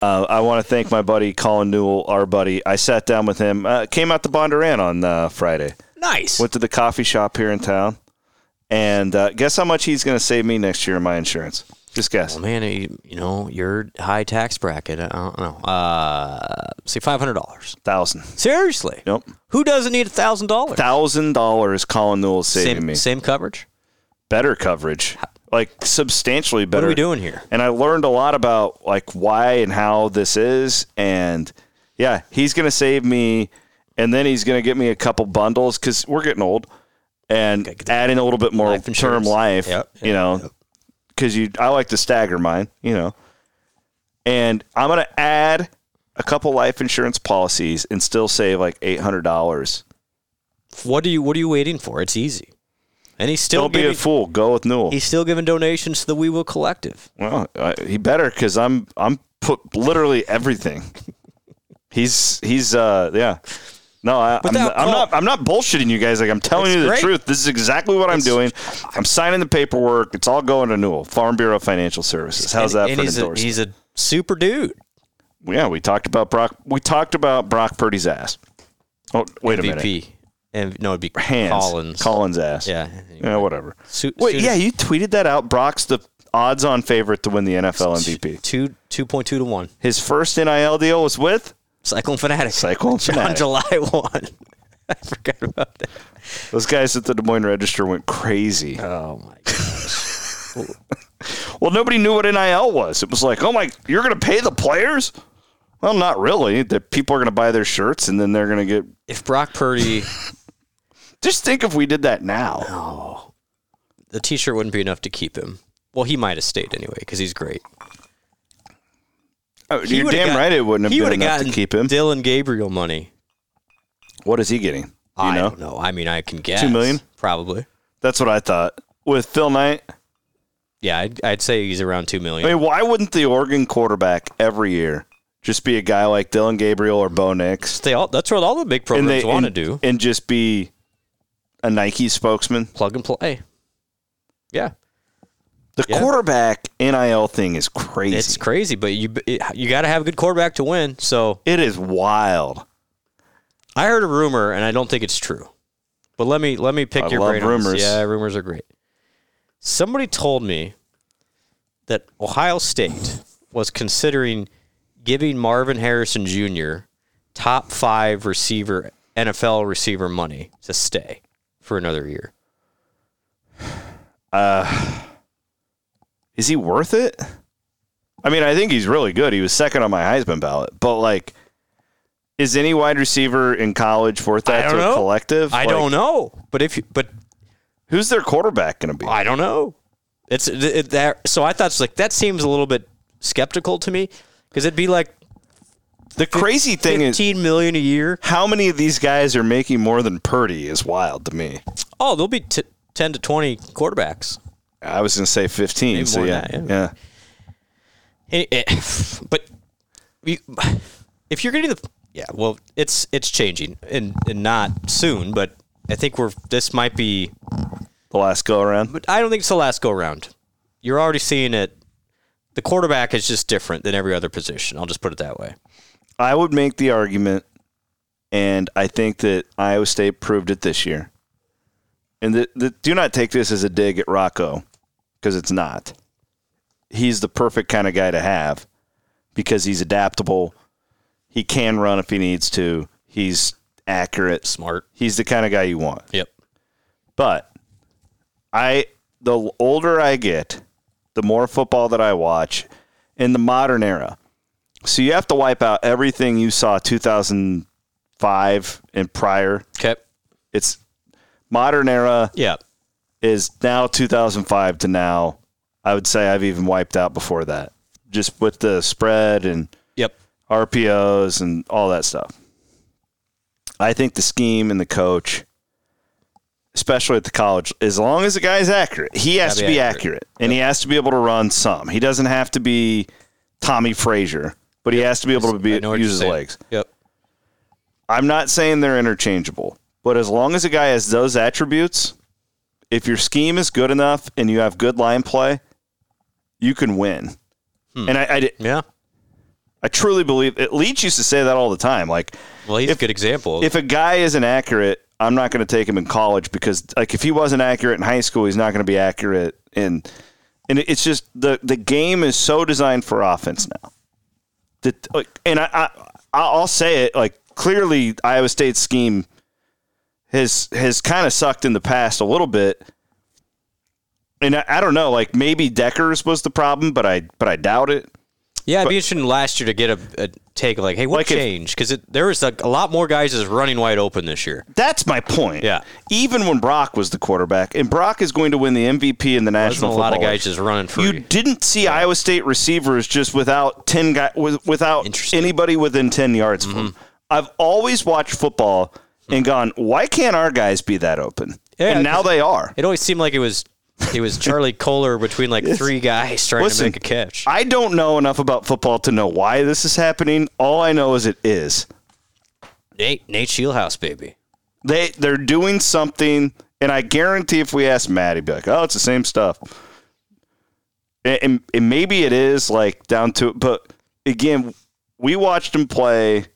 Uh, I want to thank my buddy Colin Newell, our buddy. I sat down with him. Uh, came out to Bondurant on uh, Friday. Nice. Went to the coffee shop here in town. And uh, guess how much he's going to save me next year in my insurance? Just guess. Well, Oh, man, you, you know your high tax bracket. I don't know. Uh, say five hundred dollars. Thousand. Seriously. Nope. Who doesn't need a thousand dollars? Thousand dollars Colin Newell is saving Same me. same coverage. Better coverage. Like substantially better. What are we doing here? And I learned a lot about like why and how this is. And yeah, he's gonna save me and then he's gonna get me a couple bundles because we're getting old. And adding a little bit more Life term insurance. life, Yep, you know, because you I like to stagger mine, you know. And I'm gonna add a couple life insurance policies and still save like eight hundred dollars. What are you What are you waiting for? It's easy. And he's still Don't be a giving, fool. Go with Newell. he's still giving donations to the We Will Collective. Well, I, he better because I'm I'm put literally everything. he's he's uh yeah. No, I, I'm, Without I'm not. call. I'm not bullshitting you guys. Like I'm telling It's you the great. truth. This is exactly what I'm It's- doing. I'm signing the paperwork. It's all going to Newell Farm Bureau Financial Services. How's And- that and for an he's a, endorsement? he's a super dude. yeah, we talked about Brock. We talked about Brock Purdy's ass. Oh wait a minute. VP. And no, it'd be Hands. Collins. Collins ass. Yeah. Yeah. Whatever. Su- wait. soon- yeah, you tweeted that out. Brock's the odds-on favorite to win the NFL MVP. Two two point two to one. His first NIL deal was with Cyclone fanatic. *laughs* Cyclone on Fanatic. July one. *laughs* I forgot about that. Those guys at the Des Moines Register went crazy. Oh my god. *laughs* Well, nobody knew what NIL was. It was like, oh my, you're going to pay the players? Well, not really. The people are going to buy their shirts and then they're going to get. If Brock Purdy, Just think if we did that now. the T-shirt wouldn't be enough to keep him. Well, he might have stayed anyway because he's great. Oh, He you're would've damn got- right. It wouldn't he have would've been enough to gotten keep him. Dylan Gabriel money. what is he getting? You I know, don't know. I mean, I can guess. million? probably. that's what I thought with Phil Knight. Yeah, I'd, I'd say he's around two million. I mean, why wouldn't the Oregon quarterback every year just be a guy like Dylan Gabriel or Bo Nix? They all, that's what all the big programs want to and- do. and just be a Nike spokesman. Plug and play. Yeah, The Yeah. quarterback NIL thing is crazy. it's crazy, but you it, you got to have a good quarterback to win. So It is wild. I heard a rumor, and I don't think it's true. But let me let me pick I your love brain on this. rumors. Yeah, rumors are great. Somebody told me that Ohio State was considering giving Marvin Harrison Jr. top five receiver NFL receiver money to stay for another year. Is he worth it? I mean, I think he's really good. He was second on my Heisman ballot, but like, is any wide receiver in college worth that I to don't a know. collective? I Like, don't know, but if you, but Who's their quarterback going to be? I don't know. It's it, it- that. So I thought it's like that seems a little bit skeptical to me because it'd be like the crazy thing is, fifteen million a year. how many of these guys are making more than Purdy is wild to me. Oh, there'll be t- 10 to 20 quarterbacks. I was going to say fifteen. Maybe so more yeah, than that, yeah, Eh, eh, *laughs* but you, if you're getting the yeah, well, it's it's changing and, and not soon, but I think we're this might be the last go around. but I don't think it's the last go round. You're already seeing it. The quarterback is just different than every other position. I'll just put it that way. I would make the argument, and I think that Iowa State proved it this year. And the, the, do not take this as a dig at Rocco, because it's not. He's the perfect kind of guy to have because he's adaptable. He can run if he needs to. He's accurate. Smart. He's the kind of guy you want. Yep. But I the older I get, the more football that I watch in the modern era. So you have to wipe out everything you saw 2005 and prior. Okay. It's modern era Yeah. is now 2005 to now. I would say I've even wiped out before that. Just with the spread and Yep. RPOs and all that stuff. I think the scheme and the coach, especially at the college, as long as the guy's accurate, he has to Gotta be, be accurate, accurate. and he has to be able to run some. He doesn't have to be Tommy Frazier, but he has to be able to be, I know what use you're his saying. legs. Yep. I'm not saying they're interchangeable, but as long as a guy has those attributes, if your scheme is good enough and you have good line play, you can win. Hmm. And I, I, Yeah. I truly believe it. Leach used to say that all the time. Like, Well, he's If- a good example. if a guy isn't accurate, I'm not going to take him in college because, like, if he wasn't accurate in high school, he's not going to be accurate in and it- it's just the the game is so designed for offense now. That like, and I, I I'll say it like clearly Iowa State's scheme has has kind of sucked in the past a little bit. And I, I don't know, like maybe Deckers was the problem, but I but I doubt it. Yeah, it'd be interesting last year to get a, a take like, hey, what Like if- changed? Because there was like a lot more guys is running wide open this year. That's my point. Yeah. Even when Brock was the quarterback, and Brock is going to win the MVP in the There's a national. lot of Football guys League. just running free. You didn't see Iowa State receivers just without ten guy with, without Interesting. Mm-hmm. anybody within ten yards of them. I've always watched football and gone, why can't our guys be that open? Yeah, and now 'cause- they are. It always seemed like it was it *laughs* was Charlie Kohler between like three guys trying Listen, to make a catch. I don't know enough about football to know why this is happening. All I know is it is. Nate Nate Shieldhouse, baby. They they're doing something, and I guarantee if we ask Matt, he'd be like, "Oh, it's the same stuff." And, and, and maybe it is like down to it, but again, we watched him play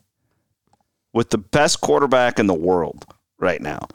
with the best quarterback in the world right now,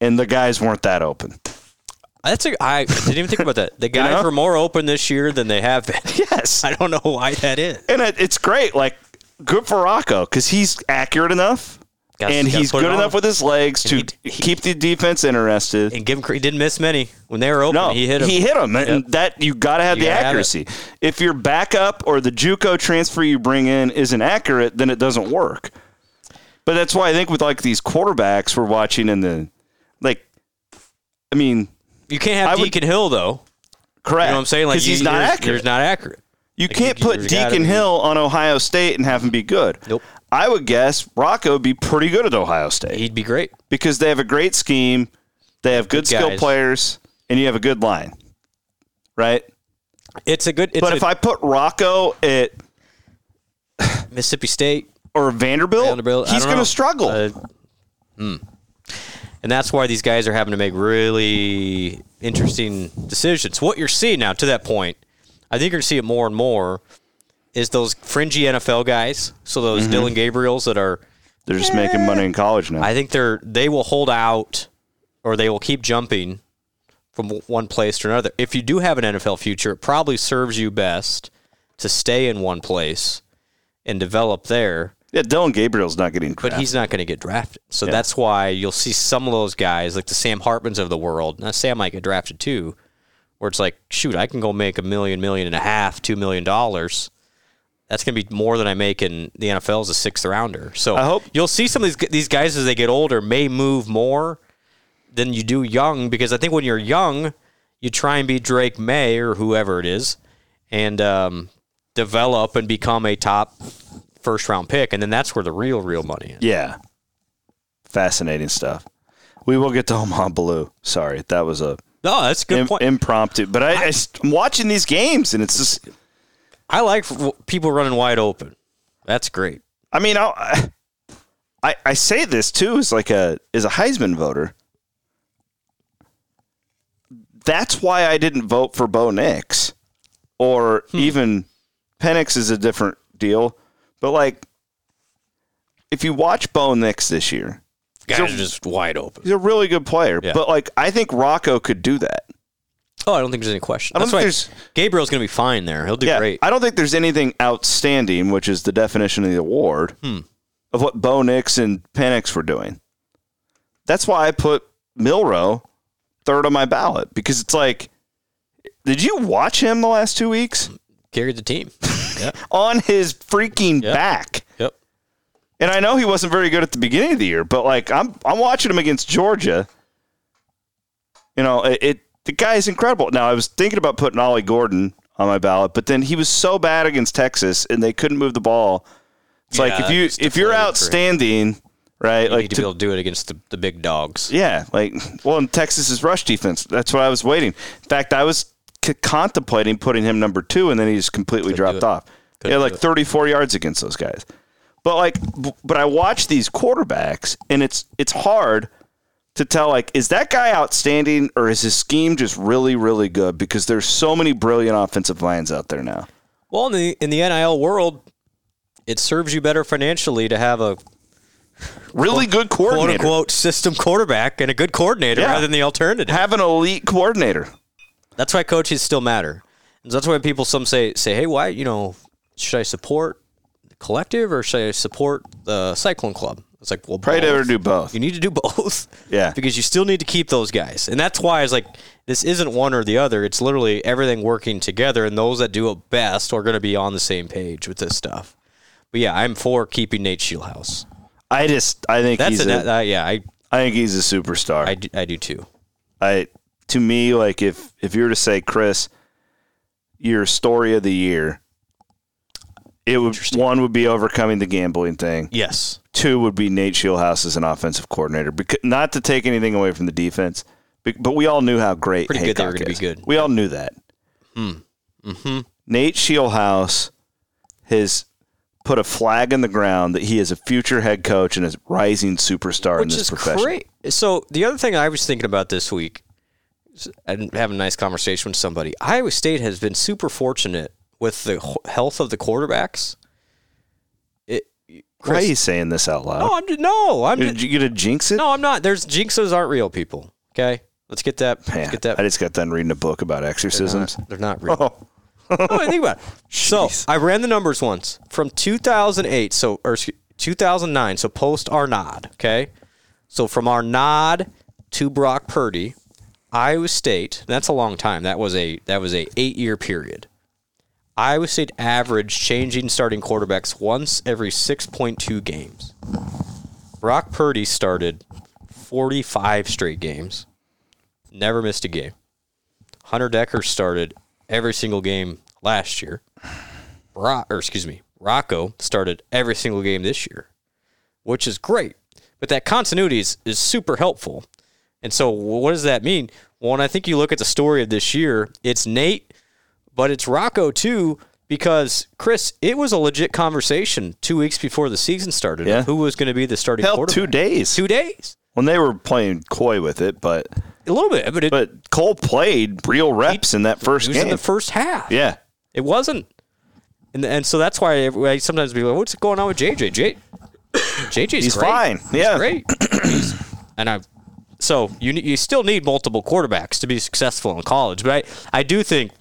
and the guys weren't that open. *laughs* That's a I didn't even think about that. The guys know? were more open this year than they have been. *laughs* Yes, I don't know why that is. and it, it's great. Like good for Rocco because he's accurate enough. Gotta- and gotta he's put it good on. enough with his legs to And he- he- keep the defense interested. And give him cre- he didn't miss many when they were open. No, he hit him. He hit him, and Yep. that you got to have You the gotta have it. accuracy. if your backup or the JUCO transfer you bring in isn't accurate, then it doesn't work. But that's why I think with like these quarterbacks we're watching in the, like, I mean, You can't have I would- Deacon Hill though. You correct. know what I'm saying? Like 'Cause you- he's not there's- accurate. There's not accurate. you like, can't you- put you gotta Deacon be- Hill on Ohio State and have him be good. Nope. I would guess Rocco would be pretty good at Ohio State He'd be great. because they have a great scheme, they have good, Good skill guys. players, and you have a good line, right? It's a good. It's but a- if I put Rocco at Mississippi State, or Vanderbilt, Vanderbilt, I he's don't going know. to struggle. Uh, hmm. And that's why these guys are having to make really interesting decisions. What you're seeing now, to that point, I think you're going to see it more and more, is those fringy NFL guys. So those Dylan Gabriels that are, They're just making money in college now. I think they're they will hold out, or they will keep jumping from one place to another. If you do have an NFL future, it probably serves you best to stay in one place and develop there. yeah, Dylan Gabriel's not getting but crap. he's not going to get drafted. So that's why you'll see some of those guys, like the Sam Hartmans of the world. Now Sam might get drafted too, where it's like, shoot, I can go make a million, million and a half, two million dollars. That's going to be more than I make in the NFL as a sixth rounder. So I hope- you'll see some of these g- these guys as they get older may move more than you do young because I think when you're young, you try and be Drake May or whoever it is, and um, develop and become a top first round pick, and then that's where the real real money is. yeah. Fascinating stuff. We will get to Omaha Blue. Sorry, that was a No, that's a good im- point. impromptu. But I, I, am watching these games, and it's just. I like w- people running wide open. That's great. I mean, I'll, *sighs* I I say this too as like a as a Heisman voter. That's why I didn't vote for Bo Nix, or even Penix is a different deal. But like, if you watch Bo Nix this year, Guys are just wide open. he's a really good player. Yeah. But like, I think Rocco could do that. Oh, I don't think there's any question. I don't That's think why there's- Gabriel's going to be fine there. He'll do great. I don't think there's anything outstanding, which is the definition of the award Hmm. of what Bo Nix and Penix were doing. That's why I put Milrow third on my ballot because it's like, did you watch him the last two weeks Carried *laughs* the team. yep. on his freaking Yep. back? Yep. And I know he wasn't very good at the beginning of the year, but like I'm I'm watching him against Georgia. You know, it, it the guy is incredible. Now I was thinking about putting Ollie Gordon on my ballot, but then he was so bad against Texas and they couldn't move the ball. It's like Yeah, if you it's if you're deflating for him. outstanding, right? You like need to, to- be able to do it against the, the big dogs. yeah, like well, in Texas's rush defense, that's what I was waiting. In fact, I was c- contemplating putting him number two, and then he just completely dropped do it. off. Couldn't yeah, do like it. 34 yards against those guys. But like, b- but I watch these quarterbacks, and it's it's hard to tell. Like, is that guy outstanding, or is his scheme just really, really good? Because there's so many brilliant offensive lines out there now. Well, in the in the NIL world, it serves you better financially to have a Really good quote coordinator. unquote system quarterback and a good coordinator Yeah. rather than the alternative. Have an elite coordinator. That's why coaches still matter. That's why people some say say, hey, why you know should I support the collective or should I support the Cyclone Club? It's like well, Pray to both. ever do both. You need to do *laughs* both. Yeah. Because you still need to keep those guys. And that's why it's like this isn't one or the other. It's literally everything working together and those that do it best are gonna be on the same page with this stuff. But yeah, I'm for keeping Nate Shieldhouse. I just I think That's he's it. a, Uh, yeah, I, I think he's a superstar. I, do- I do too. I to me like if if you were to say Chris your story of the year it would one would be overcoming the gambling thing Yes. two would be Nate Shieldhouse as an offensive coordinator because not to take anything away from the defense but, but we all knew how great Pretty good they were Hancock gonna is. be good. Hmm. Mm-hmm. we all knew that Nate Shieldhouse has put a flag in the ground that he is a future head coach and is a rising superstar in Which this is profession great. So the other thing I was thinking about this week, is- I didn't have a nice conversation with somebody. Iowa State has been super fortunate with the wh- health of the quarterbacks. It, why are Chris- you saying this out loud No, I'm just, no, I'm did just, you get a jinx it no, I'm not. There's jinxes aren't real people. Okay, let's get that. Man, let's get that. I just got done reading a book about exorcisms. They're not real. no, think about it. So I ran the numbers once from 2008, so or excuse- 2009, so post Arnod. Okay, so from Arnod to Brock Purdy, Iowa State. That's a long time. That was a that was a eight year period. Iowa State averaged changing starting quarterbacks once every 6.2 games. Brock Purdy started 45 straight games, never missed a game. Hunter Decker started every single game last year. Bro- or excuse me, Rocco started every single game this year, which is great. But that continuity is, is super helpful. And so, what does that mean? Well, when I think you look at the story of this year, it's Nate, but it's Rocco too, because Chris, it was a legit conversation two weeks before the season started Yeah. of who was going to be the starting Hell, quarterback. two days. Two days. When they were playing coy with it, but A little bit, but it but Cole played real reps in that it first was game. in the first half. yeah, It wasn't. And, and so that's why I, I sometimes be like, what's going on with JJ? J, *coughs* JJ's He's great. fine. He's Yeah. great. *coughs* He's- and I, so you ne- you still need multiple quarterbacks to be successful in college, but I, I do think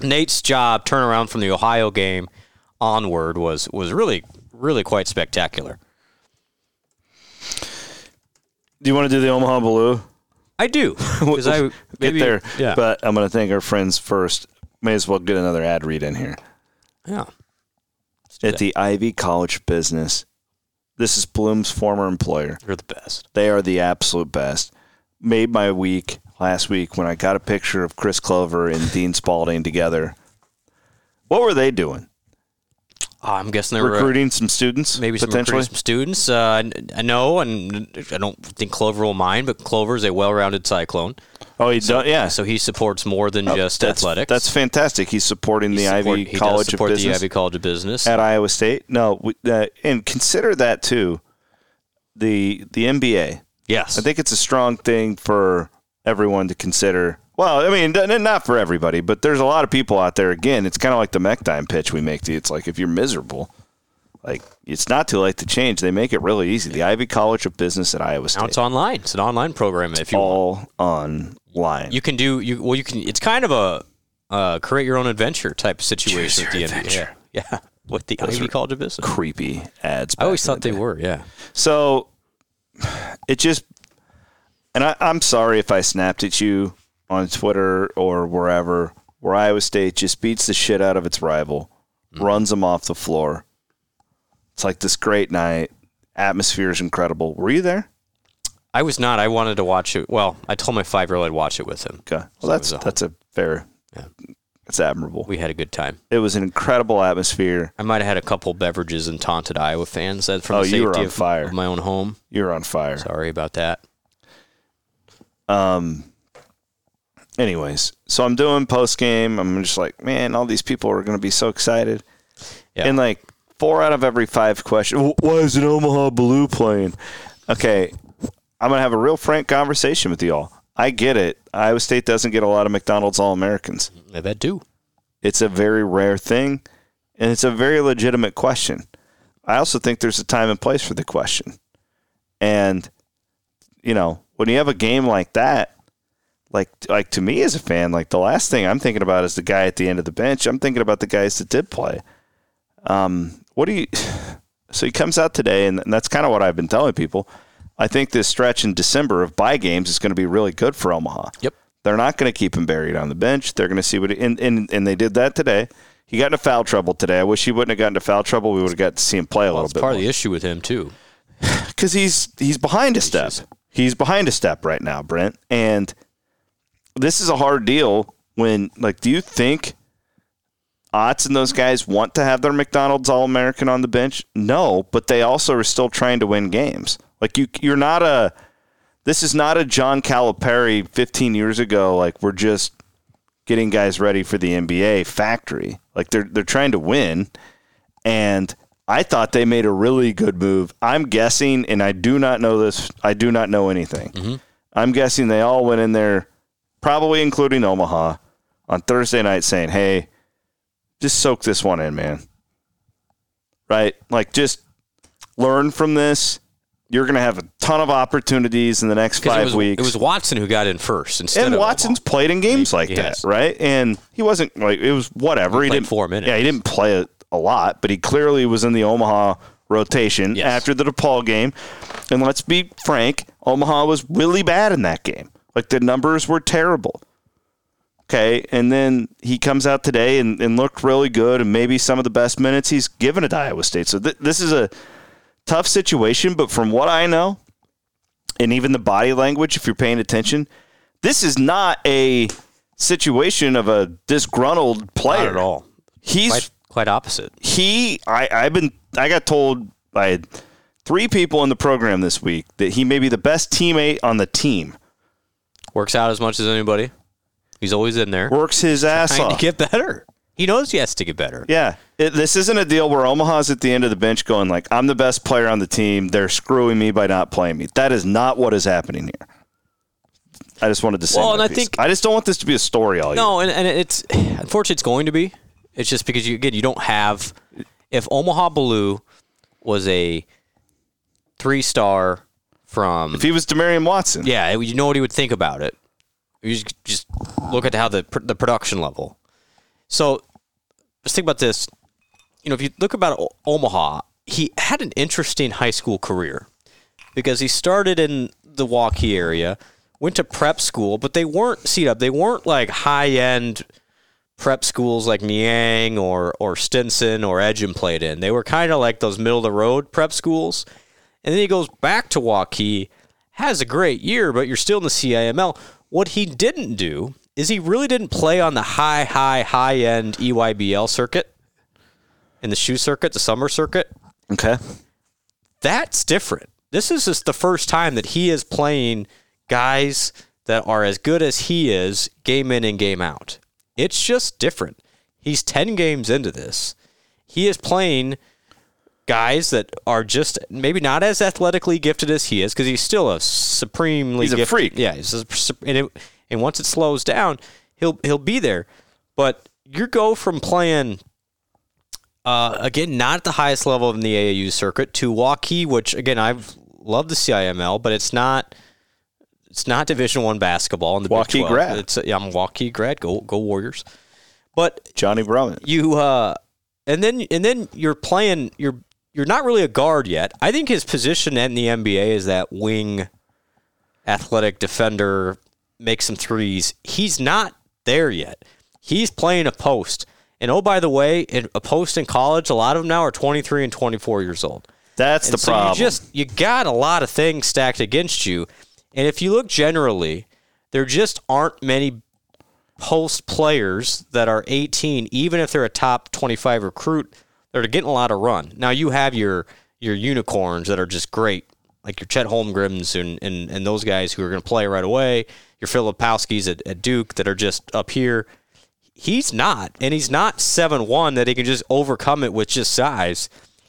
Nate's job turnaround from the Ohio game onward was was really really quite spectacular. do you want to do the Omaha Blue? *laughs* I do because I maybe, get there, Yeah, but I'm going to thank our friends first. May as well get another ad read in here. yeah. At the Ivy College Business, this is Bloom's former employer. You're the best. They are the absolute best. Made my week last week when I got a picture of Chris Clover and Dean Spalding together. What were they doing? Oh, I'm guessing they were uh, recruiting some students maybe some, potentially recruiting some students. Uh, I- I know, and I don't think Clover will mind, but Clover is a well-rounded cyclone, oh he done yeah Oh, so he supports more than just that's, athletics. that's fantastic he's supporting He the support- ivy he college does support of business the Ivy College of Business. at iowa state no we, uh, and consider that too the the mba yes, i think it's a strong thing for everyone to consider well i mean n- not for everybody but there's a lot of people out there again it's kind of like the mcdime pitch we make to you. it's like if you're miserable like it's not too late to change they make it really easy the ivy college of business at iowa state now it's online. It's an online program. If you want. all online you can do you well, you can. It's kind of a uh, create your own adventure type of situation with the NBA. Yeah, *laughs* yeah. with the Ivy College of Business. creepy ads. I always back in thought the they day. were. Yeah, So it just, and I, I'm sorry if I snapped at you on Twitter or wherever, where Iowa State just beats the shit out of its rival, Mm. runs them off the floor. It's like this great night. Atmosphere is incredible. Were you there? I was not. I wanted to watch it. Well, I told my five-year-old I'd watch it with him. Okay. So it Well, that's was a- that's a fair. It's admirable. We had a good time. it was an incredible atmosphere. I might have had a couple beverages and taunted Iowa fans. That from Oh, the safety you were on of, fire. of my own home. You're on fire. Sorry about that. Um. Anyways, so I'm doing post game. I'm just like, man, all these people are going to be so excited. Yeah. And like four out of every five questions, why is an Omaha Blue playing? Okay, I'm going to have a real frank conversation with y'all. I get it. Iowa State doesn't get a lot of McDonald's All Americans. I bet do. It's a very rare thing, and it's a very legitimate question. I also think there's a time and place for the question. And, you know, when you have a game like that, like like to me as a fan, like the last thing I'm thinking about is the guy at the end of the bench. I'm thinking about the guys that did play. Um, what do you? *sighs* So he comes out today, and, and that's kind of what I've been telling people. I think this stretch in December of bye games is going to be really good for Omaha. Yep. They're not going to keep him buried on the bench. They're going to see what and, and and they did that today. He got into foul trouble today. I wish he wouldn't have gotten into foul trouble. We would have got to see him play a little That's bit. part more of the issue with him too. because he's he's behind a step. just- He's behind a step right now, Brent. And this is a hard deal. When like, do you think Otts and those guys want to have their McDonald's All American on the bench? No, but they also are still trying to win games. Like you, you're not a. This is not a John Calipari 15 years ago. Like we're just getting guys ready for the NBA factory. Like they're they're trying to win and I thought they made a really good move. I'm guessing, and I do not know this. I do not know anything. Mm-hmm. I'm guessing they all went in there, probably including Omaha, on Thursday night saying, "Hey, just soak this one in, man. Right? Like just learn from this. You're going to have a ton of opportunities in the next 'Cause five it was, weeks." It was Watson who got in first instead and of Watson's played in games like Yes. that, right? And he wasn't like it was whatever. He, played didn't four minutes. Yeah, he didn't play a, a lot, but he clearly was in the Omaha rotation Yes. after the DePaul game. And let's be frank, Omaha was really bad in that game. Like the numbers were terrible. Okay, and then he comes out today and, and looked really good, and maybe some of the best minutes he's given at Iowa State. So th- this is a tough situation, but from what I know, and even the body language, if you're paying attention, this is not a situation of a disgruntled player Not at all. He's Quite, quite opposite. he. I I've been I got told by three people in the program this week that he may be the best teammate on the team. Works out as much as anybody. He's always in there. Works his ass trying to off. get better. He knows he has to get better. Yeah, it, this isn't a deal where Omaha's at the end of the bench going like, "I'm the best player on the team. They're screwing me by not playing me." That is not what is happening here. I just wanted to say. Well, that and I piece. think- I just don't want this to be a story all year. No, and, and it's unfortunately it's going to be. It's just because you again you don't have if Omaha Blue was a three star from If he was Demarion Watson, yeah you know what he would think about it. You just- just look at how the pr- the production level. So just think about this. You know if you look about o- Omaha, he had an interesting high school career because he started in the Waukee area, went to prep school, but they weren't seat up. They weren't like high end prep schools like Niang or or Stinson or Edgem played in. They were kind of like those middle of the road prep schools. And then he goes back to Waukee, has a great year, but you're still in the CIML. What he didn't do is he really didn't play on the high, high, E high end EYBL circuit and the shoe circuit, the summer circuit Okay. that's different. This is just the first time that he is playing guys that are as good as he is game in and game out. It's just different. He's 10 games into this. He is playing guys that are just maybe not as athletically gifted as he is because he's still a supremely He's a gifted- freak. Yeah, he's a, sup- and it, and once it slows down, he'll he'll be there. But you go from playing uh, again, not at the highest level in the AAU circuit to Waukee, which again I've loved the CIML, but it's not it's not Division One basketball in the Big Waukee 12. grad. It's yeah, I'm a Waukee grad. Go go Warriors! But Johnny Brumman. you uh, and then and then you're playing. You're you're not really a guard yet. I think his position in the NBA is that wing, athletic defender, make some threes. He's not there yet. He's playing a post. And oh, by the way, in a post in college, a lot of them now are 23 and 24 years old. That's the And so problem. You just you got a lot of things stacked against you, and if you look generally, there just aren't many post players that are 18, even if they're a top 25 recruit, that are getting a lot of run. Now you have your your unicorns that are just great, like your Chet Holmgrens and and, and those guys who are going to play right away. Your Filipowskis at, at Duke that are just up here he's not, and he's not seven one that he can just overcome it with just size.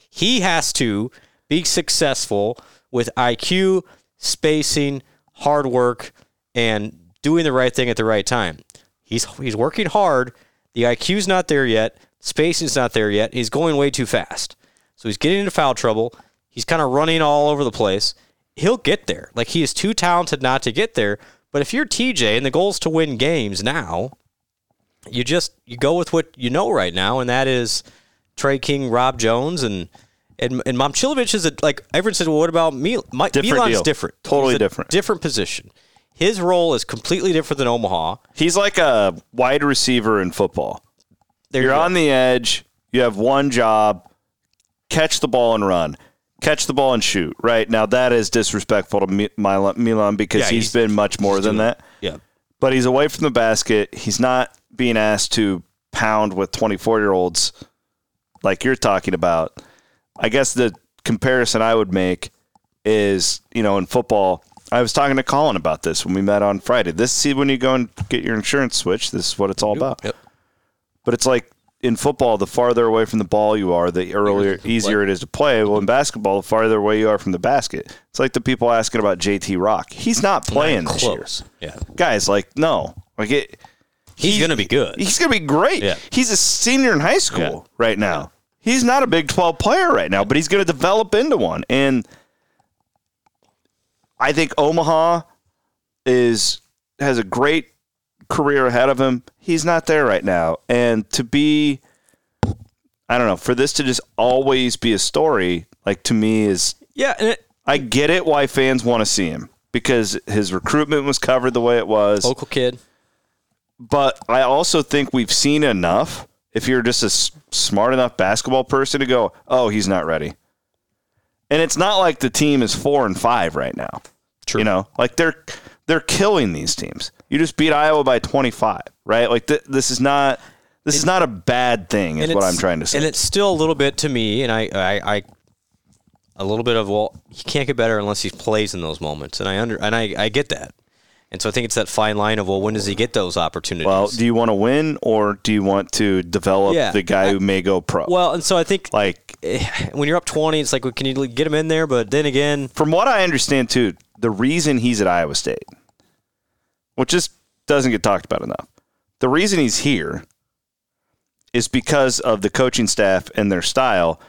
He has to be successful with IQ, spacing, hard work, and doing the right thing at the right time. He's he's working hard. The IQ's not there yet. Spacing's not there yet. He's going way too fast. So he's getting into foul trouble. He's kind of running all over the place. He'll get there. Like he is too talented not to get there, But if you're TJ and the goal's to win games now, you just you go with what you know right now, and that is Trey King, Rob Jones, and and, and Momchilovich is a, like everyone said. Well, what about Mil- Mi- Different Milan's deal. different, Totally He's a different. different position. His role is completely different than Omaha. He's like a wide receiver in football. There You're you go. on the edge. You have one job: catch the ball and run. Catch the ball and shoot. Right now, that is disrespectful to Mi- Milan Milan because Yeah, he's he's- been much more than that. yeah. But he's away from the basket. He's not being asked to pound with 24 year olds like you're talking about. I guess the comparison I would make is, you know, in football, I was talking to Colin about this when we met on Friday. This see when you go and get your insurance switch, this is what it's all about. Yep. But it's like in football, the farther away from the ball you are, the earlier easier it is to play. Well, in basketball, the farther away you are from the basket. It's like the people asking about JT Rock. He's not playing this year close. Yeah, guys like no like it he's He- gonna be good. he's gonna be great Yeah. he's a senior in high school Yeah. right now he's not a big 12 player right now but he's gonna develop into one and i think omaha is has a great career ahead of him he's not there right now and to be i don't know for this to just always be a story like to me is yeah, and it, i get it why fans want to see him because his recruitment was covered the way it was local kid. but I also think we've seen enough. If you're just a s- smart enough basketball person to go, oh, he's not ready. And it's not like the team is four and five right now. True. You know, like they're they're killing these teams. You just beat Iowa by 25, right? Like th- this is not this is not a bad thing. Is what it's- I'm trying to say. And it's still a little bit to me, and I, I, I, a little bit of well, he can't get better unless he plays in those moments, and I under and I, I get that, and so I think it's that fine line of well, when does he get those opportunities? well, do you want to win or do you want to develop Yeah. the guy who may go pro? well, and so I think like like *sighs* when you're up twenty, it's like well, can you get him in there? But then again, from what I understand, too, the reason he's at Iowa State, which just doesn't get talked about enough, the reason he's here is because of the coaching staff and their style.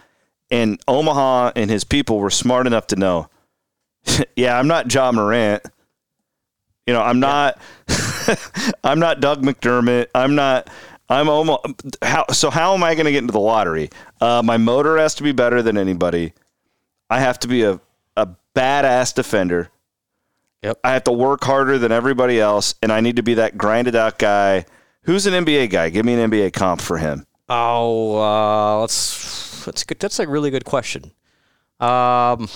And Omaha and his people were smart enough to know, *laughs* yeah, I'm not John Morant. You know, I'm not, *laughs* I'm not Doug McDermott. I'm not, I'm Omaha. How, so how am I going to get into the lottery? Uh, my motor has to be better than anybody. I have to be a, a badass defender. Yep. I have to work harder than everybody else, and I need to be that grinded out guy. Who's an NBA guy? Give me an NBA comp for him. oh, uh, let's that's good. That's a really good question. Um,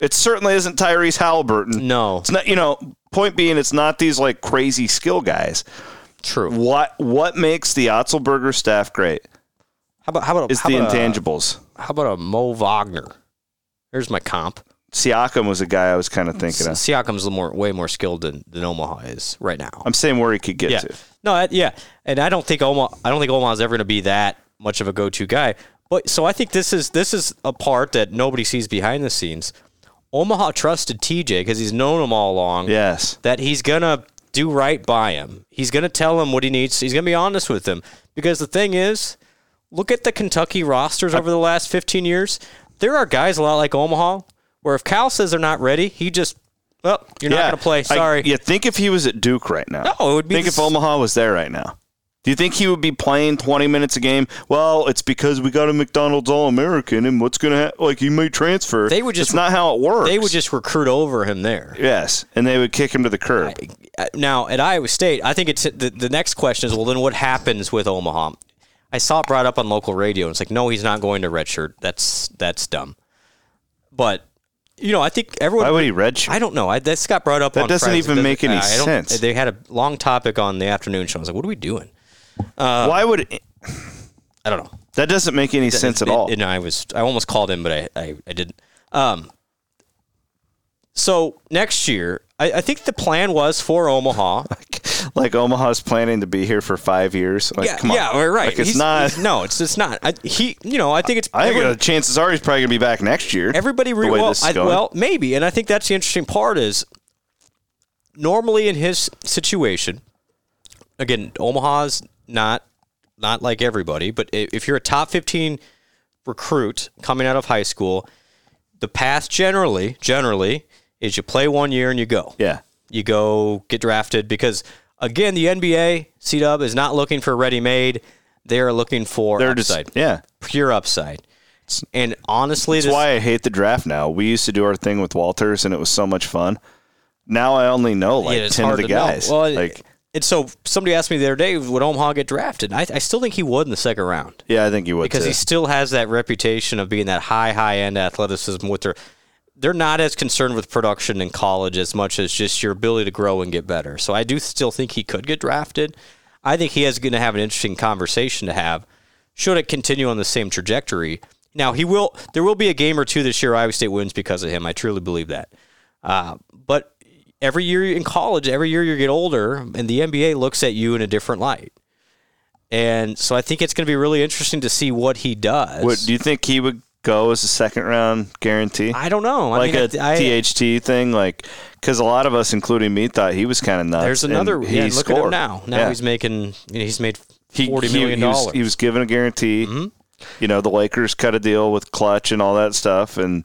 It certainly isn't Tyrese Halliburton. no, It's not, you know, point being, it's not these like crazy skill guys. true. What what makes the Otzelberger staff great How about how about is how the about uh, a- intangibles. How about a Mo Wagner? Here's my comp. Siakam was a guy I was kind of thinking of. Siakam's the more way more skilled than, than Omaha is right now. I'm saying where he could get yeah, to. no, I, yeah, and I don't think Omaha. I don't think Omaha's ever going to be that much of a go-to guy. But so I think this is this is a part that nobody sees behind the scenes. Omaha trusted TJ because he's known him all along. Yes. that he's gonna do right by him. He's gonna tell him what he needs. He's gonna be honest with him because the thing is, look at the Kentucky rosters over the last 15 years. There are guys a lot like Omaha where if Cal says they're not ready, he just, well, you're not gonna play. Sorry. I, yeah, think if he was at Duke right now. No, it would be Think the if s- Omaha was there right now. Do you think he would be playing 20 minutes a game? Well, it's because we got a McDonald's All-American, and what's going to happen? Like, he may transfer. They would just- It's not how it works. They would just recruit over him there. Yes, and they would kick him to the curb. Uh, Now at Iowa State, I think it's the, the next question is well then what happens with Omaha? I saw it brought up on local radio. and It's like no, he's not going to redshirt. That's that's dumb. But you know, I think everyone Why would he redshirt? I don't know. I, this got brought up. That on doesn't Fridays. It even make any I don't- sense. They had a long topic on the afternoon show. I was like, "What are we doing?" uh, Why would... I don't know. That doesn't make any sense at And- all. And I was, I almost called him, but I, I, I didn't. Um, so next year, I, I think the plan was for Omaha. like, Omaha's planning to be here for five years. *laughs* Like, yeah, come on. yeah, we're right. Like, it's He's- not... he's- no, it's it's not. I, he, you know, I think it's. I think everyone- the chances are he's probably going to be back next year. Everybody the re- way well, this is I- going. well, maybe, and I think that's the interesting part is normally in his situation. Again, Omaha's not not like everybody, but i- if you're a top fifteen recruit coming out of high school, the path generally generally is you play one year and you go. Yeah. you go get drafted because again, the NBA C Dub is not looking for ready made. They are looking for They're just upside, yeah. pure upside. And honestly, That's this, why I hate the draft now. We used to do our thing with Walters, and it was so much fun. Now I only know like it's ten of hard the to know. guys. Well, like, and so somebody asked me the other day, would Omaha get drafted? I, I still think he would in the second round. yeah, I think you would because too. he still has that reputation of being that high high end athleticism with their they're not as concerned with production in college as much as just your ability to grow and get better. So I do still think he could get drafted. I think he is going to have an interesting conversation to have should it continue on the same trajectory. Now he will there will be a game or two this year Iowa State wins because of him. I truly believe that. Uh, but every year in college, every year you get older, and the NBA looks at you in a different light. And so I think it's going to be really interesting to see what he does. Would, do you think he would go as a second round guarantee? I don't know. I like a mean, I- I- THT thing, like because a lot of us, including me, thought he was kind of nuts. There's and another. He yeah, look scored. at him now. Now Yeah. he's making. You know, he's made He- forty he- million he was- dollars. Mm-hmm. He was given a guarantee. You know, the Lakers cut a deal with Clutch and all that stuff, and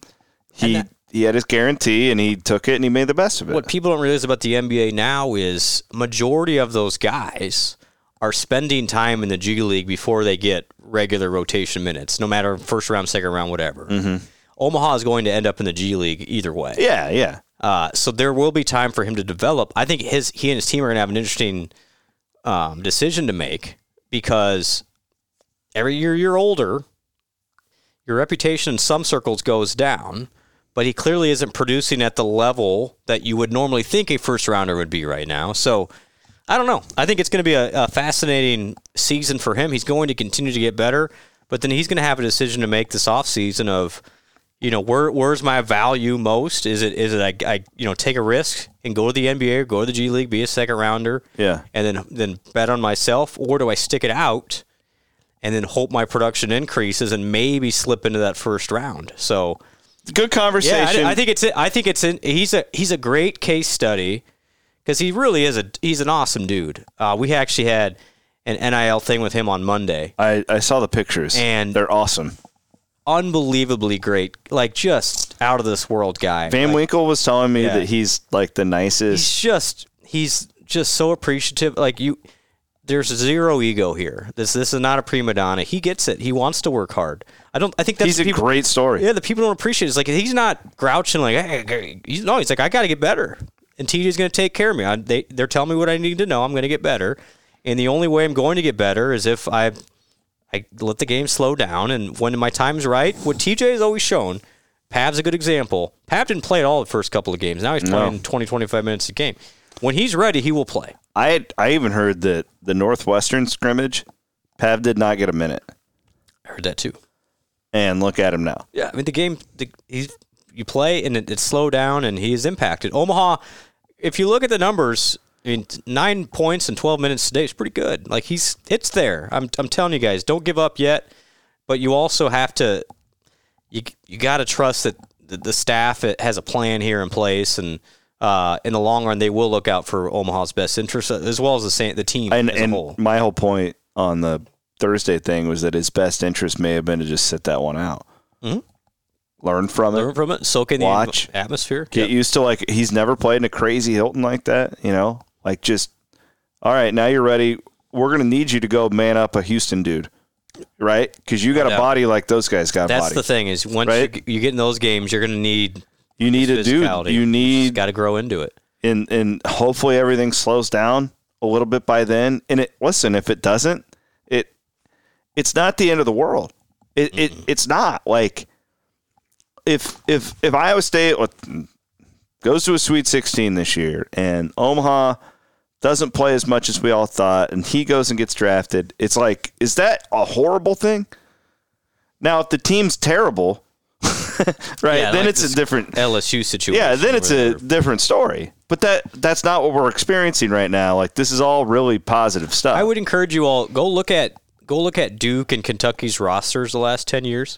he he had his guarantee, and he took it, and he made the best of it. what people don't realize about the NBA now is majority of those guys are spending time in the G League before they get regular rotation minutes, no matter first round, second round, whatever. Omaha is going to end up in the G League either way. yeah, yeah. Uh, so there will be time for him to develop. I think his he and his team are going to have an interesting um, decision to make because every year you're older, your reputation in some circles goes down. But he clearly isn't producing at the level that you would normally think a first rounder would be right now. So I don't know. I think it's going to be a, a fascinating season for him. He's going to continue to get better, but then he's going to have a decision to make this offseason of you know where where's my value most? Is it is it I, I you know take a risk and go to the NBA or go to the G League, be a second rounder, Yeah. and then then bet on myself, or do I stick it out and then hope my production increases and maybe slip into that first round? So Good yeah, I- conversation. I, think it's I think it's in, he's a he's a great case study because he really is a he's an awesome dude. Uh, we actually had an NIL thing with him on Monday. I, I saw the pictures, And- they're awesome. Unbelievably great, like just out of this world guy. Van Like, Winkle was telling me Yeah. that he's like the nicest. he's just he's just so appreciative. Like you, there's zero ego here. This this is not a prima donna. He gets it. He wants to work hard. I don't. I think that's He's, the a people, great story. Yeah, the people don't appreciate. it. It's like he's not grouching. Like "Hey, hey," he's no, he's like I got to get better, and TJ's going to take care of me. I, they they're telling me what I need to know. I'm going to get better, and the only way I'm going to get better is if I I let the game slow down, and when my time's right, what TJ has always shown. Pav's a good example. Pav didn't play at all the first couple of games. Now he's playing 20, 25 minutes a game. When he's ready, he will play. I had, I even heard that the Northwestern scrimmage, Pav did not get a minute, I heard that too. and look at him now. Yeah, I mean the game. The, he's you play and it, it's slowed down, and he is impacted. Omaha, if you look at the numbers, I mean t- nine points in twelve minutes today is pretty good. Like he's it's there. I'm I'm telling you guys, don't give up yet. But you also have to you you got to trust that the, the staff it has a plan here in place and. Uh, in the long run, they will look out for Omaha's best interest as well as the sa- the team And as and a whole. my whole point on the Thursday thing was that his best interest may have been to just sit that one out, Hmm? learn from Learn it, from it, soak in the Watch. atmosphere. get used to like he's never played in a crazy Hilton like that. You know, like just all right. Now you're ready. We're gonna need you to go man up a Houston dude, right? Because you got a Yeah. body like those guys got. That's body. the thing is once Right? you, you get in those games, you're going to need You need a dude. physicality. You need got to grow into it. and and hopefully everything slows down a little bit by then. And it listen, if it doesn't, it it's not the end of the world. It it it's not like if if if Iowa State goes to a Sweet 16 this year and Omaha doesn't play as much as we all thought and he goes and gets drafted, it's like is that a horrible thing? Now if the team's terrible, *laughs* right? Yeah, then like it's this a different LSU situation. yeah, then it's a where- different story. But that that's not what we're experiencing right now. Like this is all really positive stuff. I would encourage you all go look at go look at Duke and Kentucky's rosters the last ten years,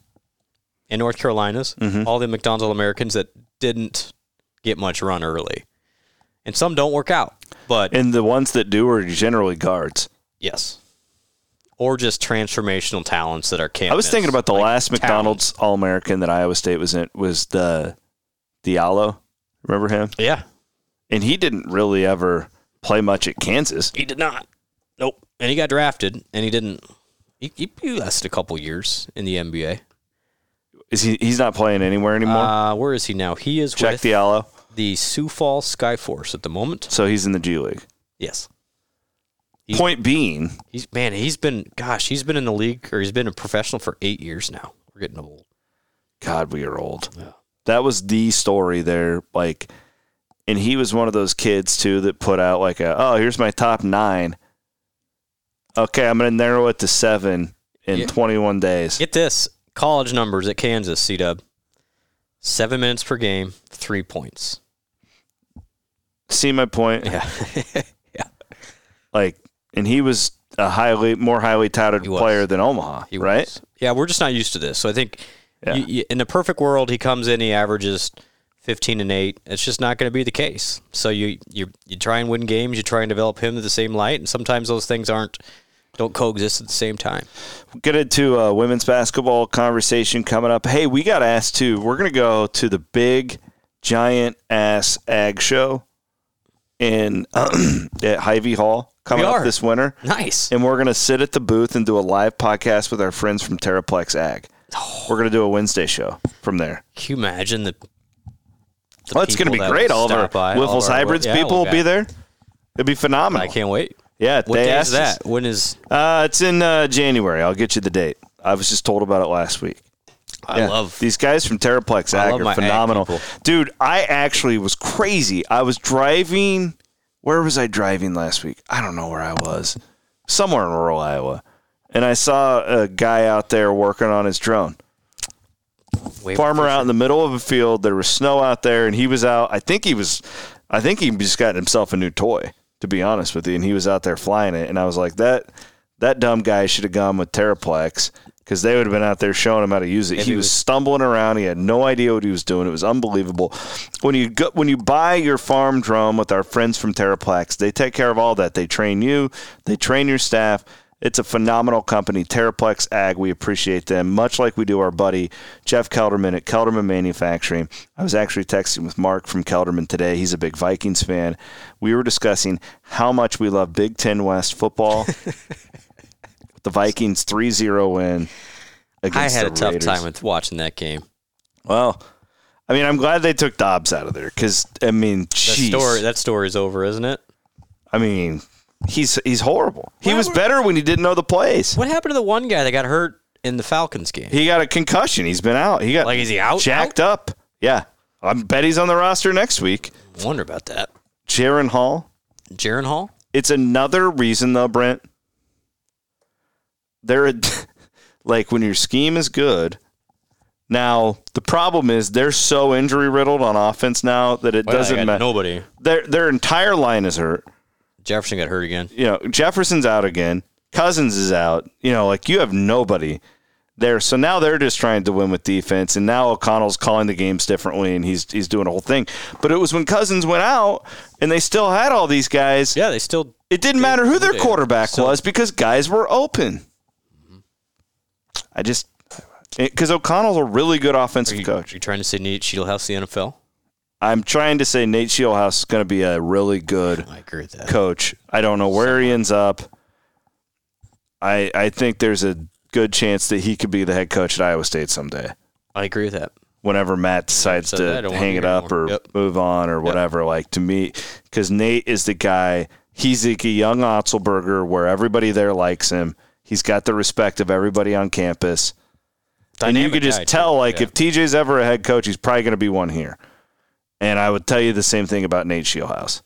and North Carolina's Mm-hmm. all the McDonald Americans that didn't get much run early, and some don't work out. But and the ones that do are generally guards. yes, or just transformational talents that are can't. I was miss. thinking about the Like, last talent. McDonald's All American that Iowa State was in was the Diallo. Remember him? Yeah, and he didn't really ever play much at Kansas. He did not. Nope. And he got drafted, and he didn't. He, he, he lasted a couple years in the NBA. Is he? He's not playing anywhere anymore. Uh, where is he now? He is Check with the aloe. the Sioux Falls Skyforce at the moment. So he's in the G League. Yes. He- Point being, He's man. He's been gosh. He's been in the league or he's been a professional for eight years now. We're getting old. God, we are old. That was the story there. Like, and he was one of those kids too that put out like a, oh, here's my top nine. Okay, I'm gonna narrow it to seven in Yeah. 21 days. Get this college numbers at Kansas, C Dub. Seven minutes per game, three points. See my point? *laughs* Yeah. yeah. Like, and he was a highly, more highly touted He was. player than Omaha, He was. right? Yeah, we're just not used to this. So I think Yeah. you, you, in the perfect world, he comes in, he averages 15 and 8. It's just not going to be the case. So you, you you try and win games, you try and develop him to the same light, and sometimes those things aren't don't coexist at the same time. get into a women's basketball conversation coming up. Hey, we got asked too. We're gonna go to the big giant ass ag show in *clears throat* at Hy-Vee Hall coming We up are. this winter, Nice. and we're gonna sit at the booth and do a live podcast with our friends from Terraplex Ag. Oh. We're gonna do a Wednesday show from there. Can you imagine the, the Oh, it's gonna people be that great. would All of our stop by, all Wiffles of our- hybrids yeah, people we'll will be there. It'd be phenomenal. I can't wait. Yeah, What they day asked is us. that? When is Uh, it's in uh, January. I'll get you the date. I was just told about it last week. I Yeah. love these guys from Terraplex I Ag love are my ag phenomenal. people. Dude, I actually was crazy. I was driving. Where was I driving last week? I don't know where I was. Somewhere in rural Iowa. And I saw a guy out there working on his drone. wait, Farmer out in the middle of a field. There was snow out there, and he was out. I think he was. I think he just got himself a new toy, to be honest with you. And he was out there flying it. And I was like, that that dumb guy should have gone with Terraplex because they would have been out there showing him how to use it. If he he was, was- stumbling around. He had no idea what he was doing. It was unbelievable. When you go, when you buy your farm drone with our friends from Terraplex, they take care of all that. They train you. They train your staff. It's a phenomenal company, Terraplex Ag. We appreciate them, much like we do our buddy Jeff Kelderman at Kelderman Manufacturing. I was actually texting with Mark from Kelderman today. He's a big Vikings fan. We were discussing how much we love Big Ten West *laughs* football. the Vikings 3 0 win. I Against had a the tough Raiders. time with watching that game. Well, I mean, I'm glad they took Dobbs out of there because I mean, That jeez. story that story's over, isn't it? I mean, he's he's horrible. He Why was were- better when he didn't know the plays. What happened to the one guy that got hurt in the Falcons game? He got a concussion. He's been out. He got Like, is he out, Jacked up. Yeah, I bet he's on the roster next week. wonder about that. Jaron Hall. Jaron Hall? It's another reason though, Brent. They're *laughs* a, like when your scheme is good. Now the problem is they're so injury riddled on offense now that it doesn't matter. Nobody. Their their entire line is hurt. Jefferson got hurt again. you know, Jefferson's out again. Cousins is out. You know, like you have nobody there. So now they're just trying to win with defense, and now O'Connell's calling the games differently, and he's he's doing a whole thing. But it was when Cousins went out, and they still had all these guys. Yeah, they still It didn't matter who their Yeah. quarterback So- was because guys were open. I just because O'Connell's a really good are offensive you, coach. are you trying to say Nate Shedelhouse the NFL? I'm trying to say Nate Shieldhouse is going to be a really good I agree with that. coach. I don't know where he ends up. I I think there's a good chance that he could be the head coach at Iowa State someday. I agree with that. Whenever Matt decides so I to don't wanna hang hear it up anymore. or Yep. move on or whatever, like to me, because Nate is the guy. He's like a young Otzelberger where everybody there likes him. He's got the respect of everybody on campus. and you Dynamic could guy, just too. tell, like, Yeah. if TJ's ever a head coach, he's probably going to be one here. And I would tell you the same thing about Nate Shieldhouse.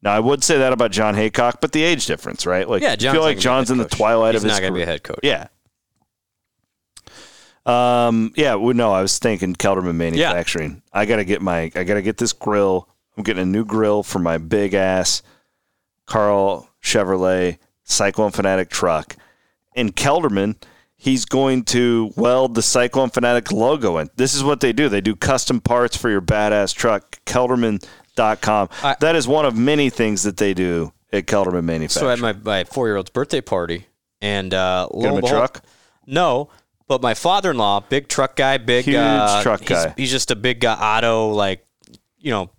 Now, I would say that about John Haycock, but the age difference, right? Like, Yeah, I John's feel not like gonna be a John's head in the coach. twilight He's of his not gonna be career. a head coach. Yeah. Um. Yeah. Well, no, I was thinking Kelderman Manufacturing. I gotta get my. I gotta get this grill. I'm getting a new grill for my big ass Carl Chevrolet Cyclone Fanatic truck. And Kelderman, he's going to weld the Cyclone Fanatic logo in. This is what they do. They do custom parts for your badass truck. Kelderman.com. I- that is one of many things that they do at Kelderman So Manufacturing. at my, my four year old's birthday party and uh lo Get him a and behold- truck. No. But my father in law, big truck guy, big Huge uh, truck he's- guy. He's just a big guy auto like you know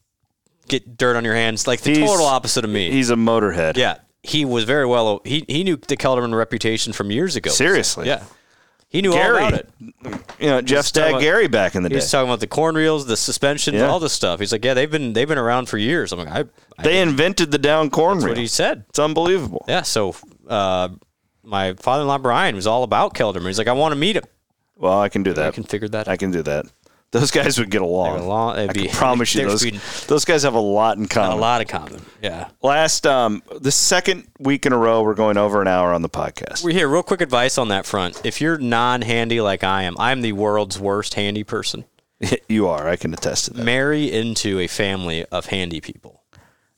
get dirt on your hands. Like the He's- total opposite of me. He's a motorhead. yeah, he was very well. He he knew the Kelderman reputation from years ago. Seriously. yeah, he knew Gary. all about it. You know, Jeff's talking dad about- Gary back in the He day. was talking about the corn reels, the suspensions, Yeah. all this stuff. He's like, yeah, they've been they've been around for years. I'm like, I, I they invented the down corn that's reel. what he said. It's unbelievable. Yeah, so uh, my father-in-law Brian was all about Kelderman. He's like, I want to meet him. Well, I can do that. I can figure that. I out. can do that. Those guys would get along. They're along- they'd I be- can promise you they'd those, be- those guys have a lot in Got common. a lot of common. Yeah. Last um the second week in a row we're going over an hour on the podcast. We're here. Real quick advice on that front. If you're non-handy like I am, I'm the world's worst handy person. you are, I can attest to that. Marry into a family of handy people.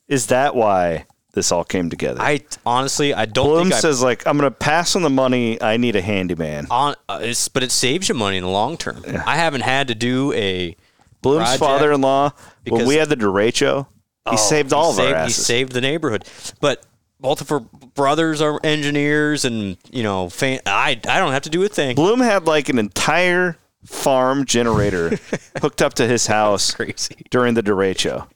Is that why this all came together? I honestly, I don't Bloom think I- says like I'm going to pass on the money. I need a handyman. on, uh, it's, but it saves you money in the long term. I haven't had to do a Bloom's project father-in-law when because- Oh, we had the derecho, he saved all he of saved, our He asses. saved the neighborhood. But both of her brothers are engineers, and you know, fan, I I don't have to do a thing. Bloom had like an entire farm *laughs* generator hooked up to his house *laughs* Crazy. during the derecho.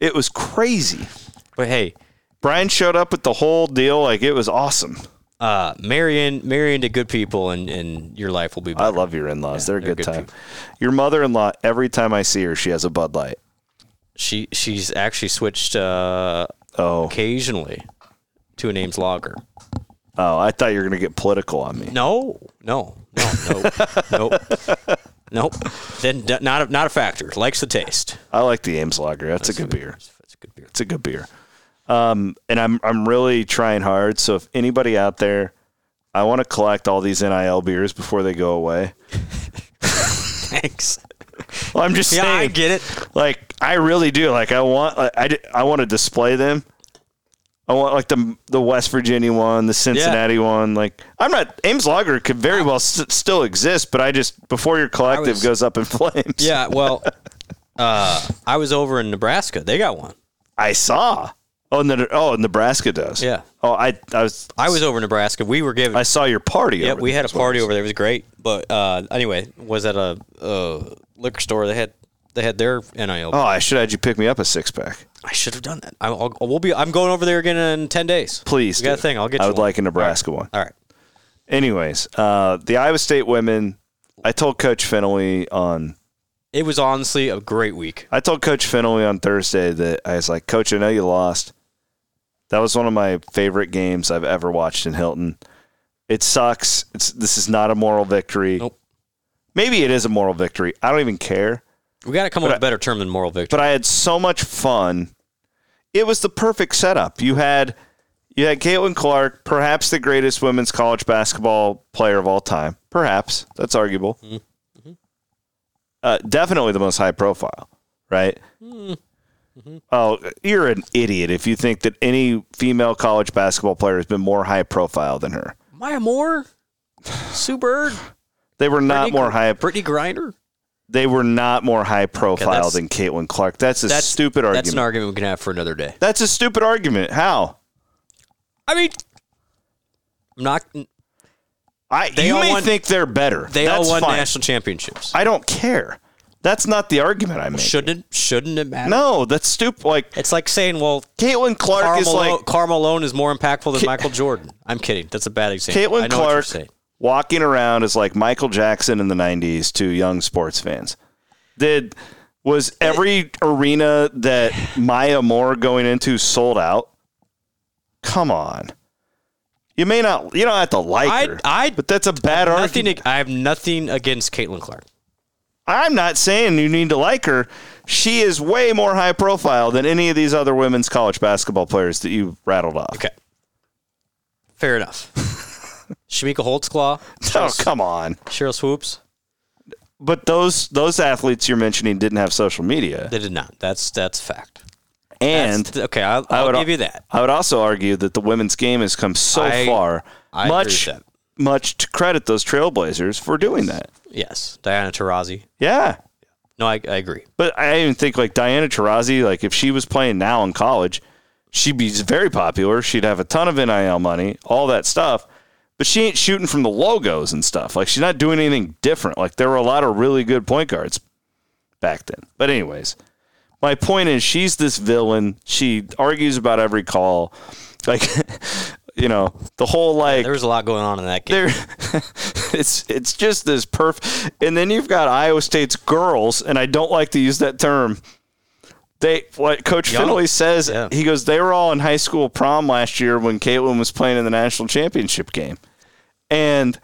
It was crazy. But hey, Brian showed up with the whole deal like it was awesome. uh, marry in marry into good people, and and your life will be. I Better. love your in-laws. they're a they're good, good time. people. Your mother-in-law, every time I see her, she has a Bud Light. She she's actually switched uh, Oh, occasionally to a name's logger. oh, I thought you were gonna get political on me. No, no, no, no, nope, nope. Then d- not a, not a factor. Likes the taste. I like the Ames Lager. That's a good beer. That's a good beer. It's a good beer. Um, and I'm I'm really trying hard. So if anybody out there, I want to collect all these NIL beers before they go away. *laughs* Thanks. Well, I'm just *laughs* Yeah, saying. I get it. Like I really do. Like I want. Like, I di- I want to display them. I want like the the West Virginia one, the Cincinnati one. Like I'm not Ames Lager could very well s still exist, but I just before your collective was- goes up in *laughs* flames. Yeah, well, uh, I was over in Nebraska. They got one. I saw. Oh, and the, oh, Nebraska does. Yeah. Oh, I I was I was over in Nebraska. We were given. I saw your party. yeah, over we there had a as well. party over there. It was great. But uh, anyway, was at a, uh liquor store. They had they had their nil. Oh, I should have had you pick me up a six pack. I should have done that. I, I'll, we'll be. I'm going over there again in ten days. Please. we got a do. thing. I'll get. I you would one. like a Nebraska one. All right. Anyways, uh, the Iowa State women. I told Coach Fennelly on It was honestly a great week. I told Coach Fennelly on Thursday that I was like, Coach, I know you lost. That was one of my favorite games I've ever watched in Hilton. It sucks. It's this is not a moral victory. Nope. Maybe it is a moral victory. I don't even care. We got to come up But with a better term than moral victory. But I had so much fun. It was the perfect setup. You had you had Caitlin Clark, perhaps the greatest women's college basketball player of all time. Perhaps that's arguable. Mm-hmm. Uh, definitely the most high profile, right? Mm-hmm. Oh, you're an idiot if you think that any female college basketball player has been more high profile than her. Maya Moore, Sue Bird, They were *sighs* not Brittany more Gr- high. Brittany Grinder. They were not more high profile that's- than Caitlin Clark. That's a stupid argument. That's an argument we can have for another day. that's a stupid argument. How? I mean, I'm not. I They you all may won- think they're better. They That's all won fine. national championships. I don't care. That's not the argument I made. shouldn't it, shouldn't it matter? no, that's stupid. Like It's like saying, well, Caitlin Clark Karl is Malone, like Karl Malone is more impactful than Ca- Michael Jordan. I'm kidding. That's a bad example. I Caitlin know what you're Clark saying. walking around is like Michael Jackson in the '90s to young sports fans. Did Eh. was every arena that Maya Moore going into sold out? Come on. You may not. You don't have to like I- her, I- but that's a bad Nothing. argument. ag- I have nothing against Caitlin Clark. I'm not saying you need to like her. She is way more high profile than any of these other women's college basketball players that you rattled *laughs* off. Okay, *laughs* fair enough. Shamika Holtzclaw, Oh, come on. Cheryl Swoops. But those those athletes you're mentioning didn't have social media. They did not. That's that's fact. And That's- okay, I'll, I I'll would al- give you that. I would also argue that the women's game has come so I- far. I agree much with that. much to credit those trailblazers for doing that. Yes, Diana Taurasi. Yeah. No, I, I agree. But I even think like Diana Taurasi, like if she was playing now in college, she'd be very popular. She'd have a ton of NIL money, all that stuff. But she ain't shooting from the logos and stuff. Like she's not doing anything different. Like there were a lot of really good point guards back then. But anyways, my point is she's this villain. She argues about every call. Like *laughs* you know, the whole like There was a lot going on in that game. there *laughs* it's it's just this perf and then you've got Iowa State's girls and I don't like to use that term. They what Coach Young. Finley says Yeah. he goes, they were all in high school prom last year when Caitlin was playing in the national championship game. And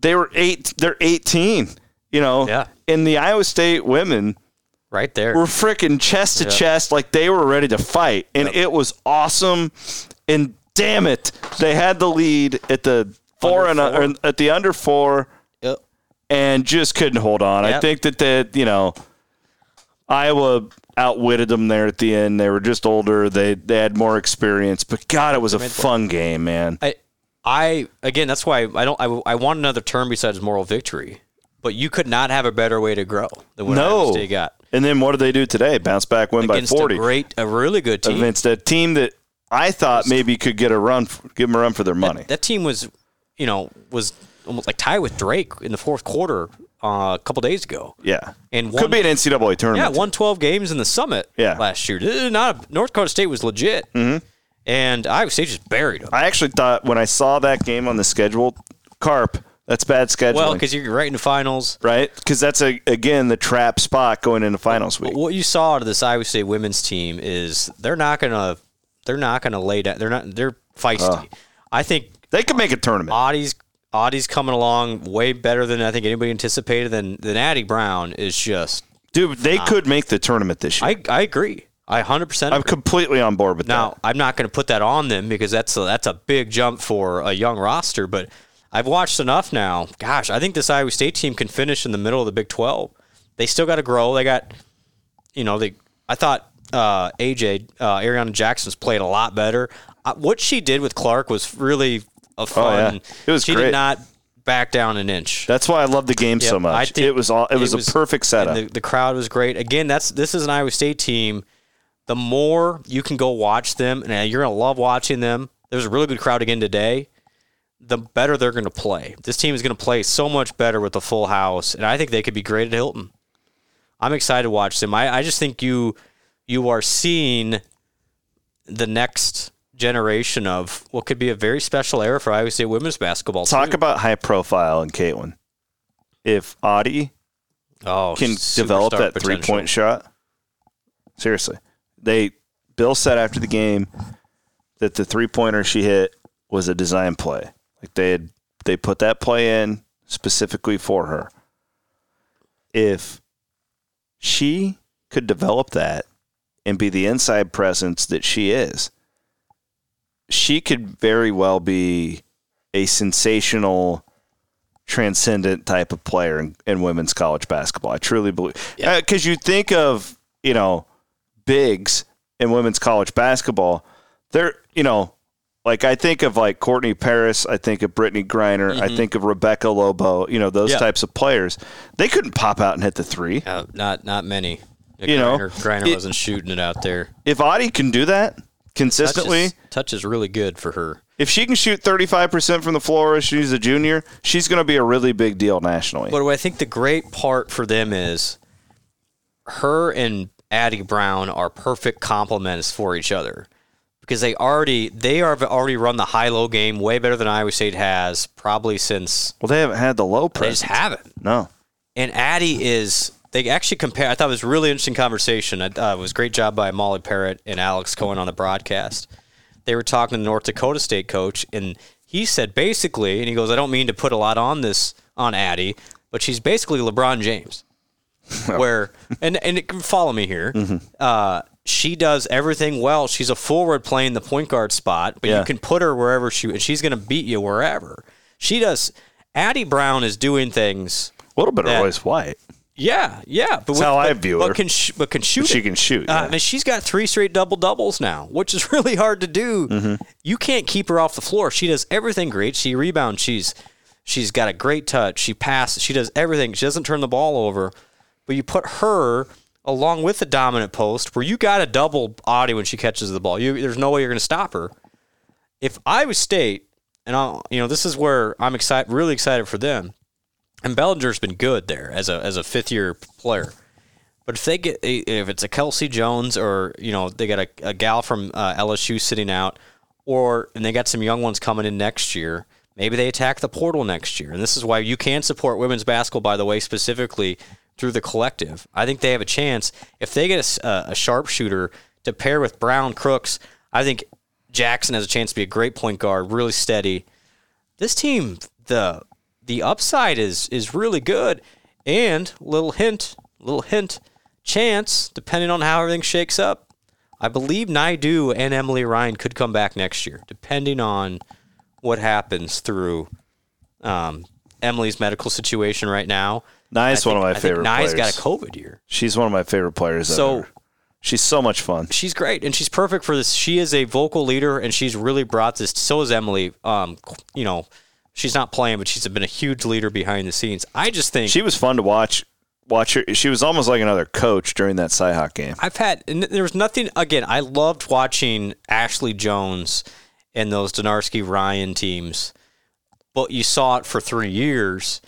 they were eight they're eighteen, you know. Yeah. And the Iowa State women right there. were freaking chest to chest like they were ready to fight and it was awesome and damn it they had the lead at the four and Under four. or at the under four Yep. and just couldn't hold on i Yep. think that that you know iowa outwitted them there at the end they were just older they they had more experience but god it was a fun game man I, I again, that's why I don't. I, I want another term besides moral victory. But you could not have a better way to grow than what Iowa no State got and then what did they do today bounce back win by against 40 a great, a really good team. against a team that i thought maybe could get a run f- give them a run for their money That team was, you know, was almost like tied with Drake in the fourth quarter uh, a couple days ago. Yeah. And could one- be an NCAA Yeah, tournament. won 12 games in the summit Yeah. Mm-hmm. last year. This is not North Dakota State was legit, and Iowa State just buried them. I actually thought when I saw that game on the schedule, Carp, that's bad scheduling. Well, because you're right in the finals. right? Because that's a again the trap spot going into finals week. What you saw out of this Iowa State women's team is they're not gonna they're not gonna lay down. They're not they're Oh. feisty. I think They could make a tournament. Audie's Audie's coming along way better than I think anybody anticipated. Than than Addie Brown is just. Dude, they could make the tournament this year. I I agree. I hundred percent. I, am completely on board with Now, I'm not going to put that on them because that's a, that's a big jump for a young roster. But I've watched enough now. Gosh, I think this Iowa State team can finish in the middle of the Big 12. They still got to grow. They got, you know, they. I thought uh, AJ uh, Ariana Jackson's played a lot better. Uh, what she did with Clark was really a fun. Oh, yeah. It was she great. did not back down an inch. that. That's why I love the game so Yep, I much. think It was all it was, a perfect and setup. The, the crowd was great. Again, that's this is an Iowa State team. The more you can go watch them, and uh, you're gonna love watching them. There's a really good crowd again today. The better they're gonna play. This team is gonna play so much better with the full house, and I think they could be great at Hilton. I'm excited to watch them. I, I just think you you are seeing the next generation of what could be a very special era for Iowa State women's basketball. Talk too. about high profile and Caitlin. If Audie oh, can develop superstar that potential. three point shot. Seriously. They Bill said after the game that the three pointer she hit was a design play. Like they had they put that play in specifically for her. If she could develop that and be the inside presence that she is, she could very well be a sensational transcendent type of player in, in women's college basketball. I truly believe because you think of you know bigs in women's college basketball, they're you know like I think of like Courtney Paris, I think of Brittany Griner, I think of Rebecca Lobo, you know those Yeah. types of players. They couldn't pop out and hit the three. Uh, not not many. You know, Griner it- wasn't shooting it out there. If Adi can do that Touch consistently, is, touch is really good for her. if she can shoot thirty five percent from the floor, as she's a junior, she's going to be a really big deal nationally. But what I think the great part for them is her and Addie Brown are perfect complements for each other because they already they are already run the high low game way better than Iowa State has probably since Well, they haven't had the low they press. just haven't. No. And Addie is they actually compare. I thought it was a really interesting conversation. I, uh, it was a great job by Molly Parrott and Alex Cohen on the broadcast. They were talking to the North Dakota State coach, and he said basically, and he goes, "I don't mean to put a lot on this on Addie, but she's basically LeBron James, where and and it, follow me here." Uh, she does everything well. She's a forward playing the point guard spot, but Yeah. you can put her wherever she and she's going to beat you wherever. She does. Addie Brown is doing things A little bit Yeah. of Royce White. yeah, yeah. But with- how I but- view but her. Can sh- but can shoot. She it. can shoot, Uh, yeah. I mean, she's got three straight double doubles now, which is *laughs* really hard to do. Mm-hmm. You can't keep her off the floor. She does everything great. She rebounds. She's she's got a great touch. She passes. She does everything. She doesn't turn the ball over. But you put her along with the dominant post, where you got a double Audie when she catches the ball. You, there's no way you're going to stop her. If Iowa State, and I, you know, this is where I'm excited, really excited for them. And Bellinger's been good there as a as a fifth year player. But if they get if it's a Kelsey Jones or you know they got a, a gal from uh, LSU sitting out, or and they got some young ones coming in next year, maybe they attack the portal next year. And this is why you can support women's basketball, by the way, specifically through the collective. I think they have a chance if they get a s- a, a sharpshooter to pair with Brown Crooks. I think Jackson has a chance to be a great point guard, really steady this team the the upside is is really good and little hint little hint chance depending on how everything shakes up i believe naidu and emily ryan could come back next year depending on what happens through um, emily's medical situation right now Nye's I one of my I favorite players. Nye's got a covid year She's one of my favorite players. So- ever. she's so much fun. she's great and she's perfect for this. She is a vocal leader and she's really brought this. So is Emily. Um, you know, she's not playing, but she's been a huge leader behind the scenes. I just think She was fun to watch. Watch her. She was almost like another coach during that Cyhawk game. I've had and there was nothing again. I loved watching Ashley Jones and those Donarski Ryan teams, but you saw it for three years.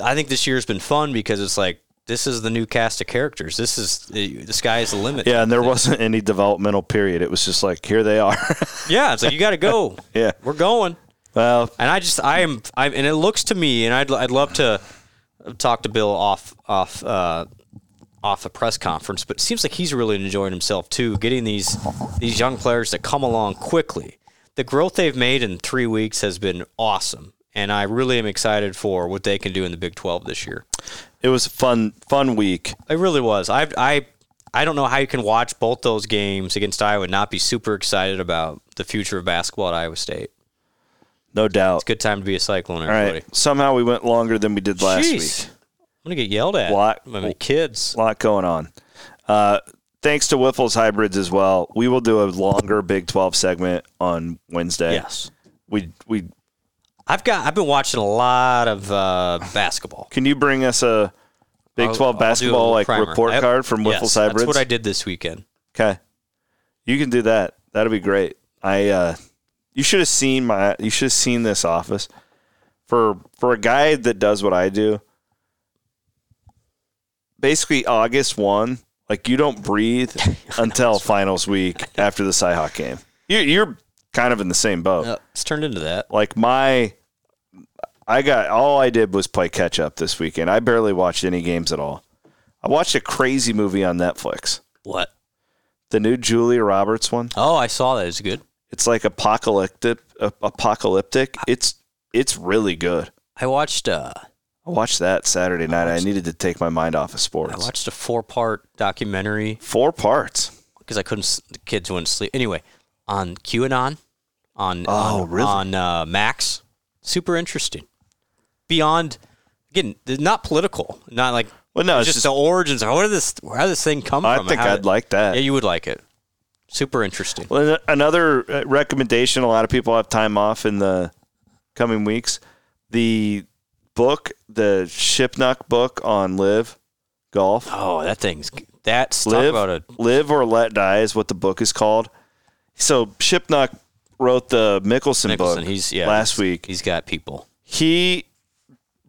I think this year's been fun because it's like this is the new cast of characters. This is eh, the sky is the limit. Yeah, and there wasn't any developmental period. It was just like here they are. *laughs* yeah. It's like you got to go. Yeah. we're going. well, And I just, I am, I and it looks to me, and I'd, I'd love to talk to Bill off, off, uh, off a press conference, but it seems like he's really enjoying himself too, getting these these young players to come along quickly. The growth they've made in three weeks has been awesome, and I really am excited for what they can do in the Big Twelve this year. it was a fun fun week. It really was. I, I, I don't know how you can watch both those games against Iowa and not be super excited about the future of basketball at Iowa State. No doubt. Good time to be a Cyclone, All everybody. right. Somehow we went longer than we did last Jeez. week. I'm gonna get yelled at Lot- by my kids. A lot going on. Uh, thanks to Wiffles Hybrids as well. We will do a longer Big 12 segment on Wednesday. Yes, We we I've got. I've been watching a lot of uh, basketball. can you bring us a Big I'll- 12 I'll do a basketball little like primer. report I- card from yes, Wiffles Hybrids? That's what I did this weekend. Okay. You can do that. That'd be great. I uh you should have seen my you should have seen this office. For for a guy that does what I do, basically August one, like *laughs* you don't breathe until finals week after the Cyhawk game. You you're kind of in the same boat. Uh, it's turned into that. Like my I got all I did was play catch up this weekend. I barely watched any games at all. I watched a crazy movie on Netflix. What? The new Julia Roberts one. Oh, I saw that. It's good. It's like apocalyptic. a- apocalyptic. It's it's really good. I watched. Uh, I watched that Saturday night. I needed to take my mind off of I sports. watched a four-part documentary Four parts. because I couldn't. s- The kids wouldn't sleep. Anyway, on QAnon, on Oh, on, really? on uh, Max. Super interesting. Beyond, again, they're not political. Not like Well, no, it's just, the origins. Where did this? Where did this thing come I from? think How I'd did- like that. Yeah, you would like it. Super interesting. Well, an- another uh, recommendation. A lot of people have time off in the coming weeks. The book, the Shipnuck book on live golf. Oh, that thing's that's talk Live, about a Live or Let Die is what the book is called. So Shipnuck wrote the Mickelson, Nicholson. book He's yeah. last he's- week. he's got people. he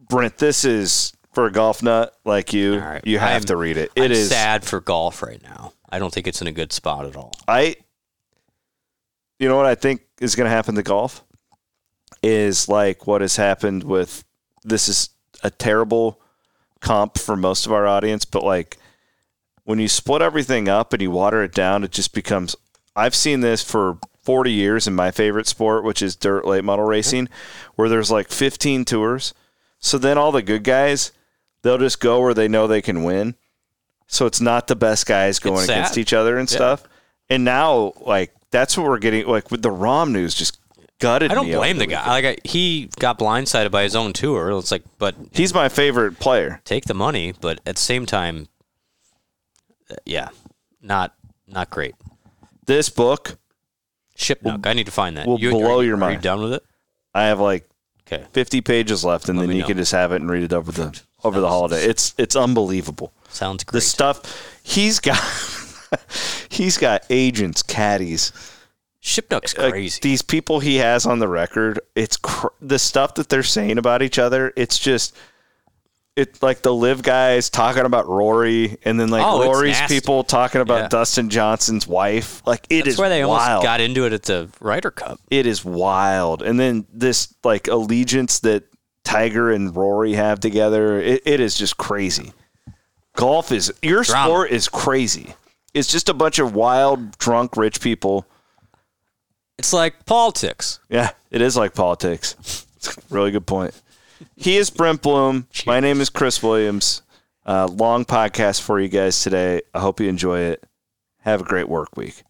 Brent, this is for a golf nut like you. All right, You have I'm- to read it. It I'm is. sad for golf right now. I don't think it's in a good spot at all. I. You know what I think is going to happen to golf is like what has happened with this is a terrible comp for most of our audience, but like when you split everything up and you water it down, it just becomes. I've seen this for 40 years in my favorite sport, which is dirt late model racing, where there's like 15 tours. So then all the good guys, they'll just go where they know they can win. So it's not the best guys going sad. against each other and stuff. And now, like, that's what we're getting. Like, with the ROM news just gutted I don't me over blame the weekend. guy. Like I, he got blindsided by his own tour. It's like, but He's my favorite player. take the money. But at the same time, uh, yeah, not not great. This book, Shipnuck. I need to find that. will you, blow are, your Are you mind. done with it? I have like Okay. 50 pages left, and Let then me you know. can just have it and read it over the over the holiday. It's it's unbelievable. Sounds great. The stuff he's got, *laughs* he's got agents, caddies, Shipnuck's like, crazy. these people he has on the record. It's cr- the stuff that they're saying about each other. It's just it like the live guys talking about Rory, and then like Oh, it's Rory's nasty. people talking about Yeah. Dustin Johnson's wife. Like it is That's where they wild. almost got into it at the Ryder Cup. it is wild. And then this like allegiance that Tiger and Rory have together, it, it is just crazy. Golf is your Drama. sport is crazy. It's just a bunch of wild, drunk, rich people. It's like politics. Yeah, it is like politics. It's a really good point. He is Brent Bloom. My name is Chris Williams. Uh, long podcast for you guys today. I hope you enjoy it. Have a great work week.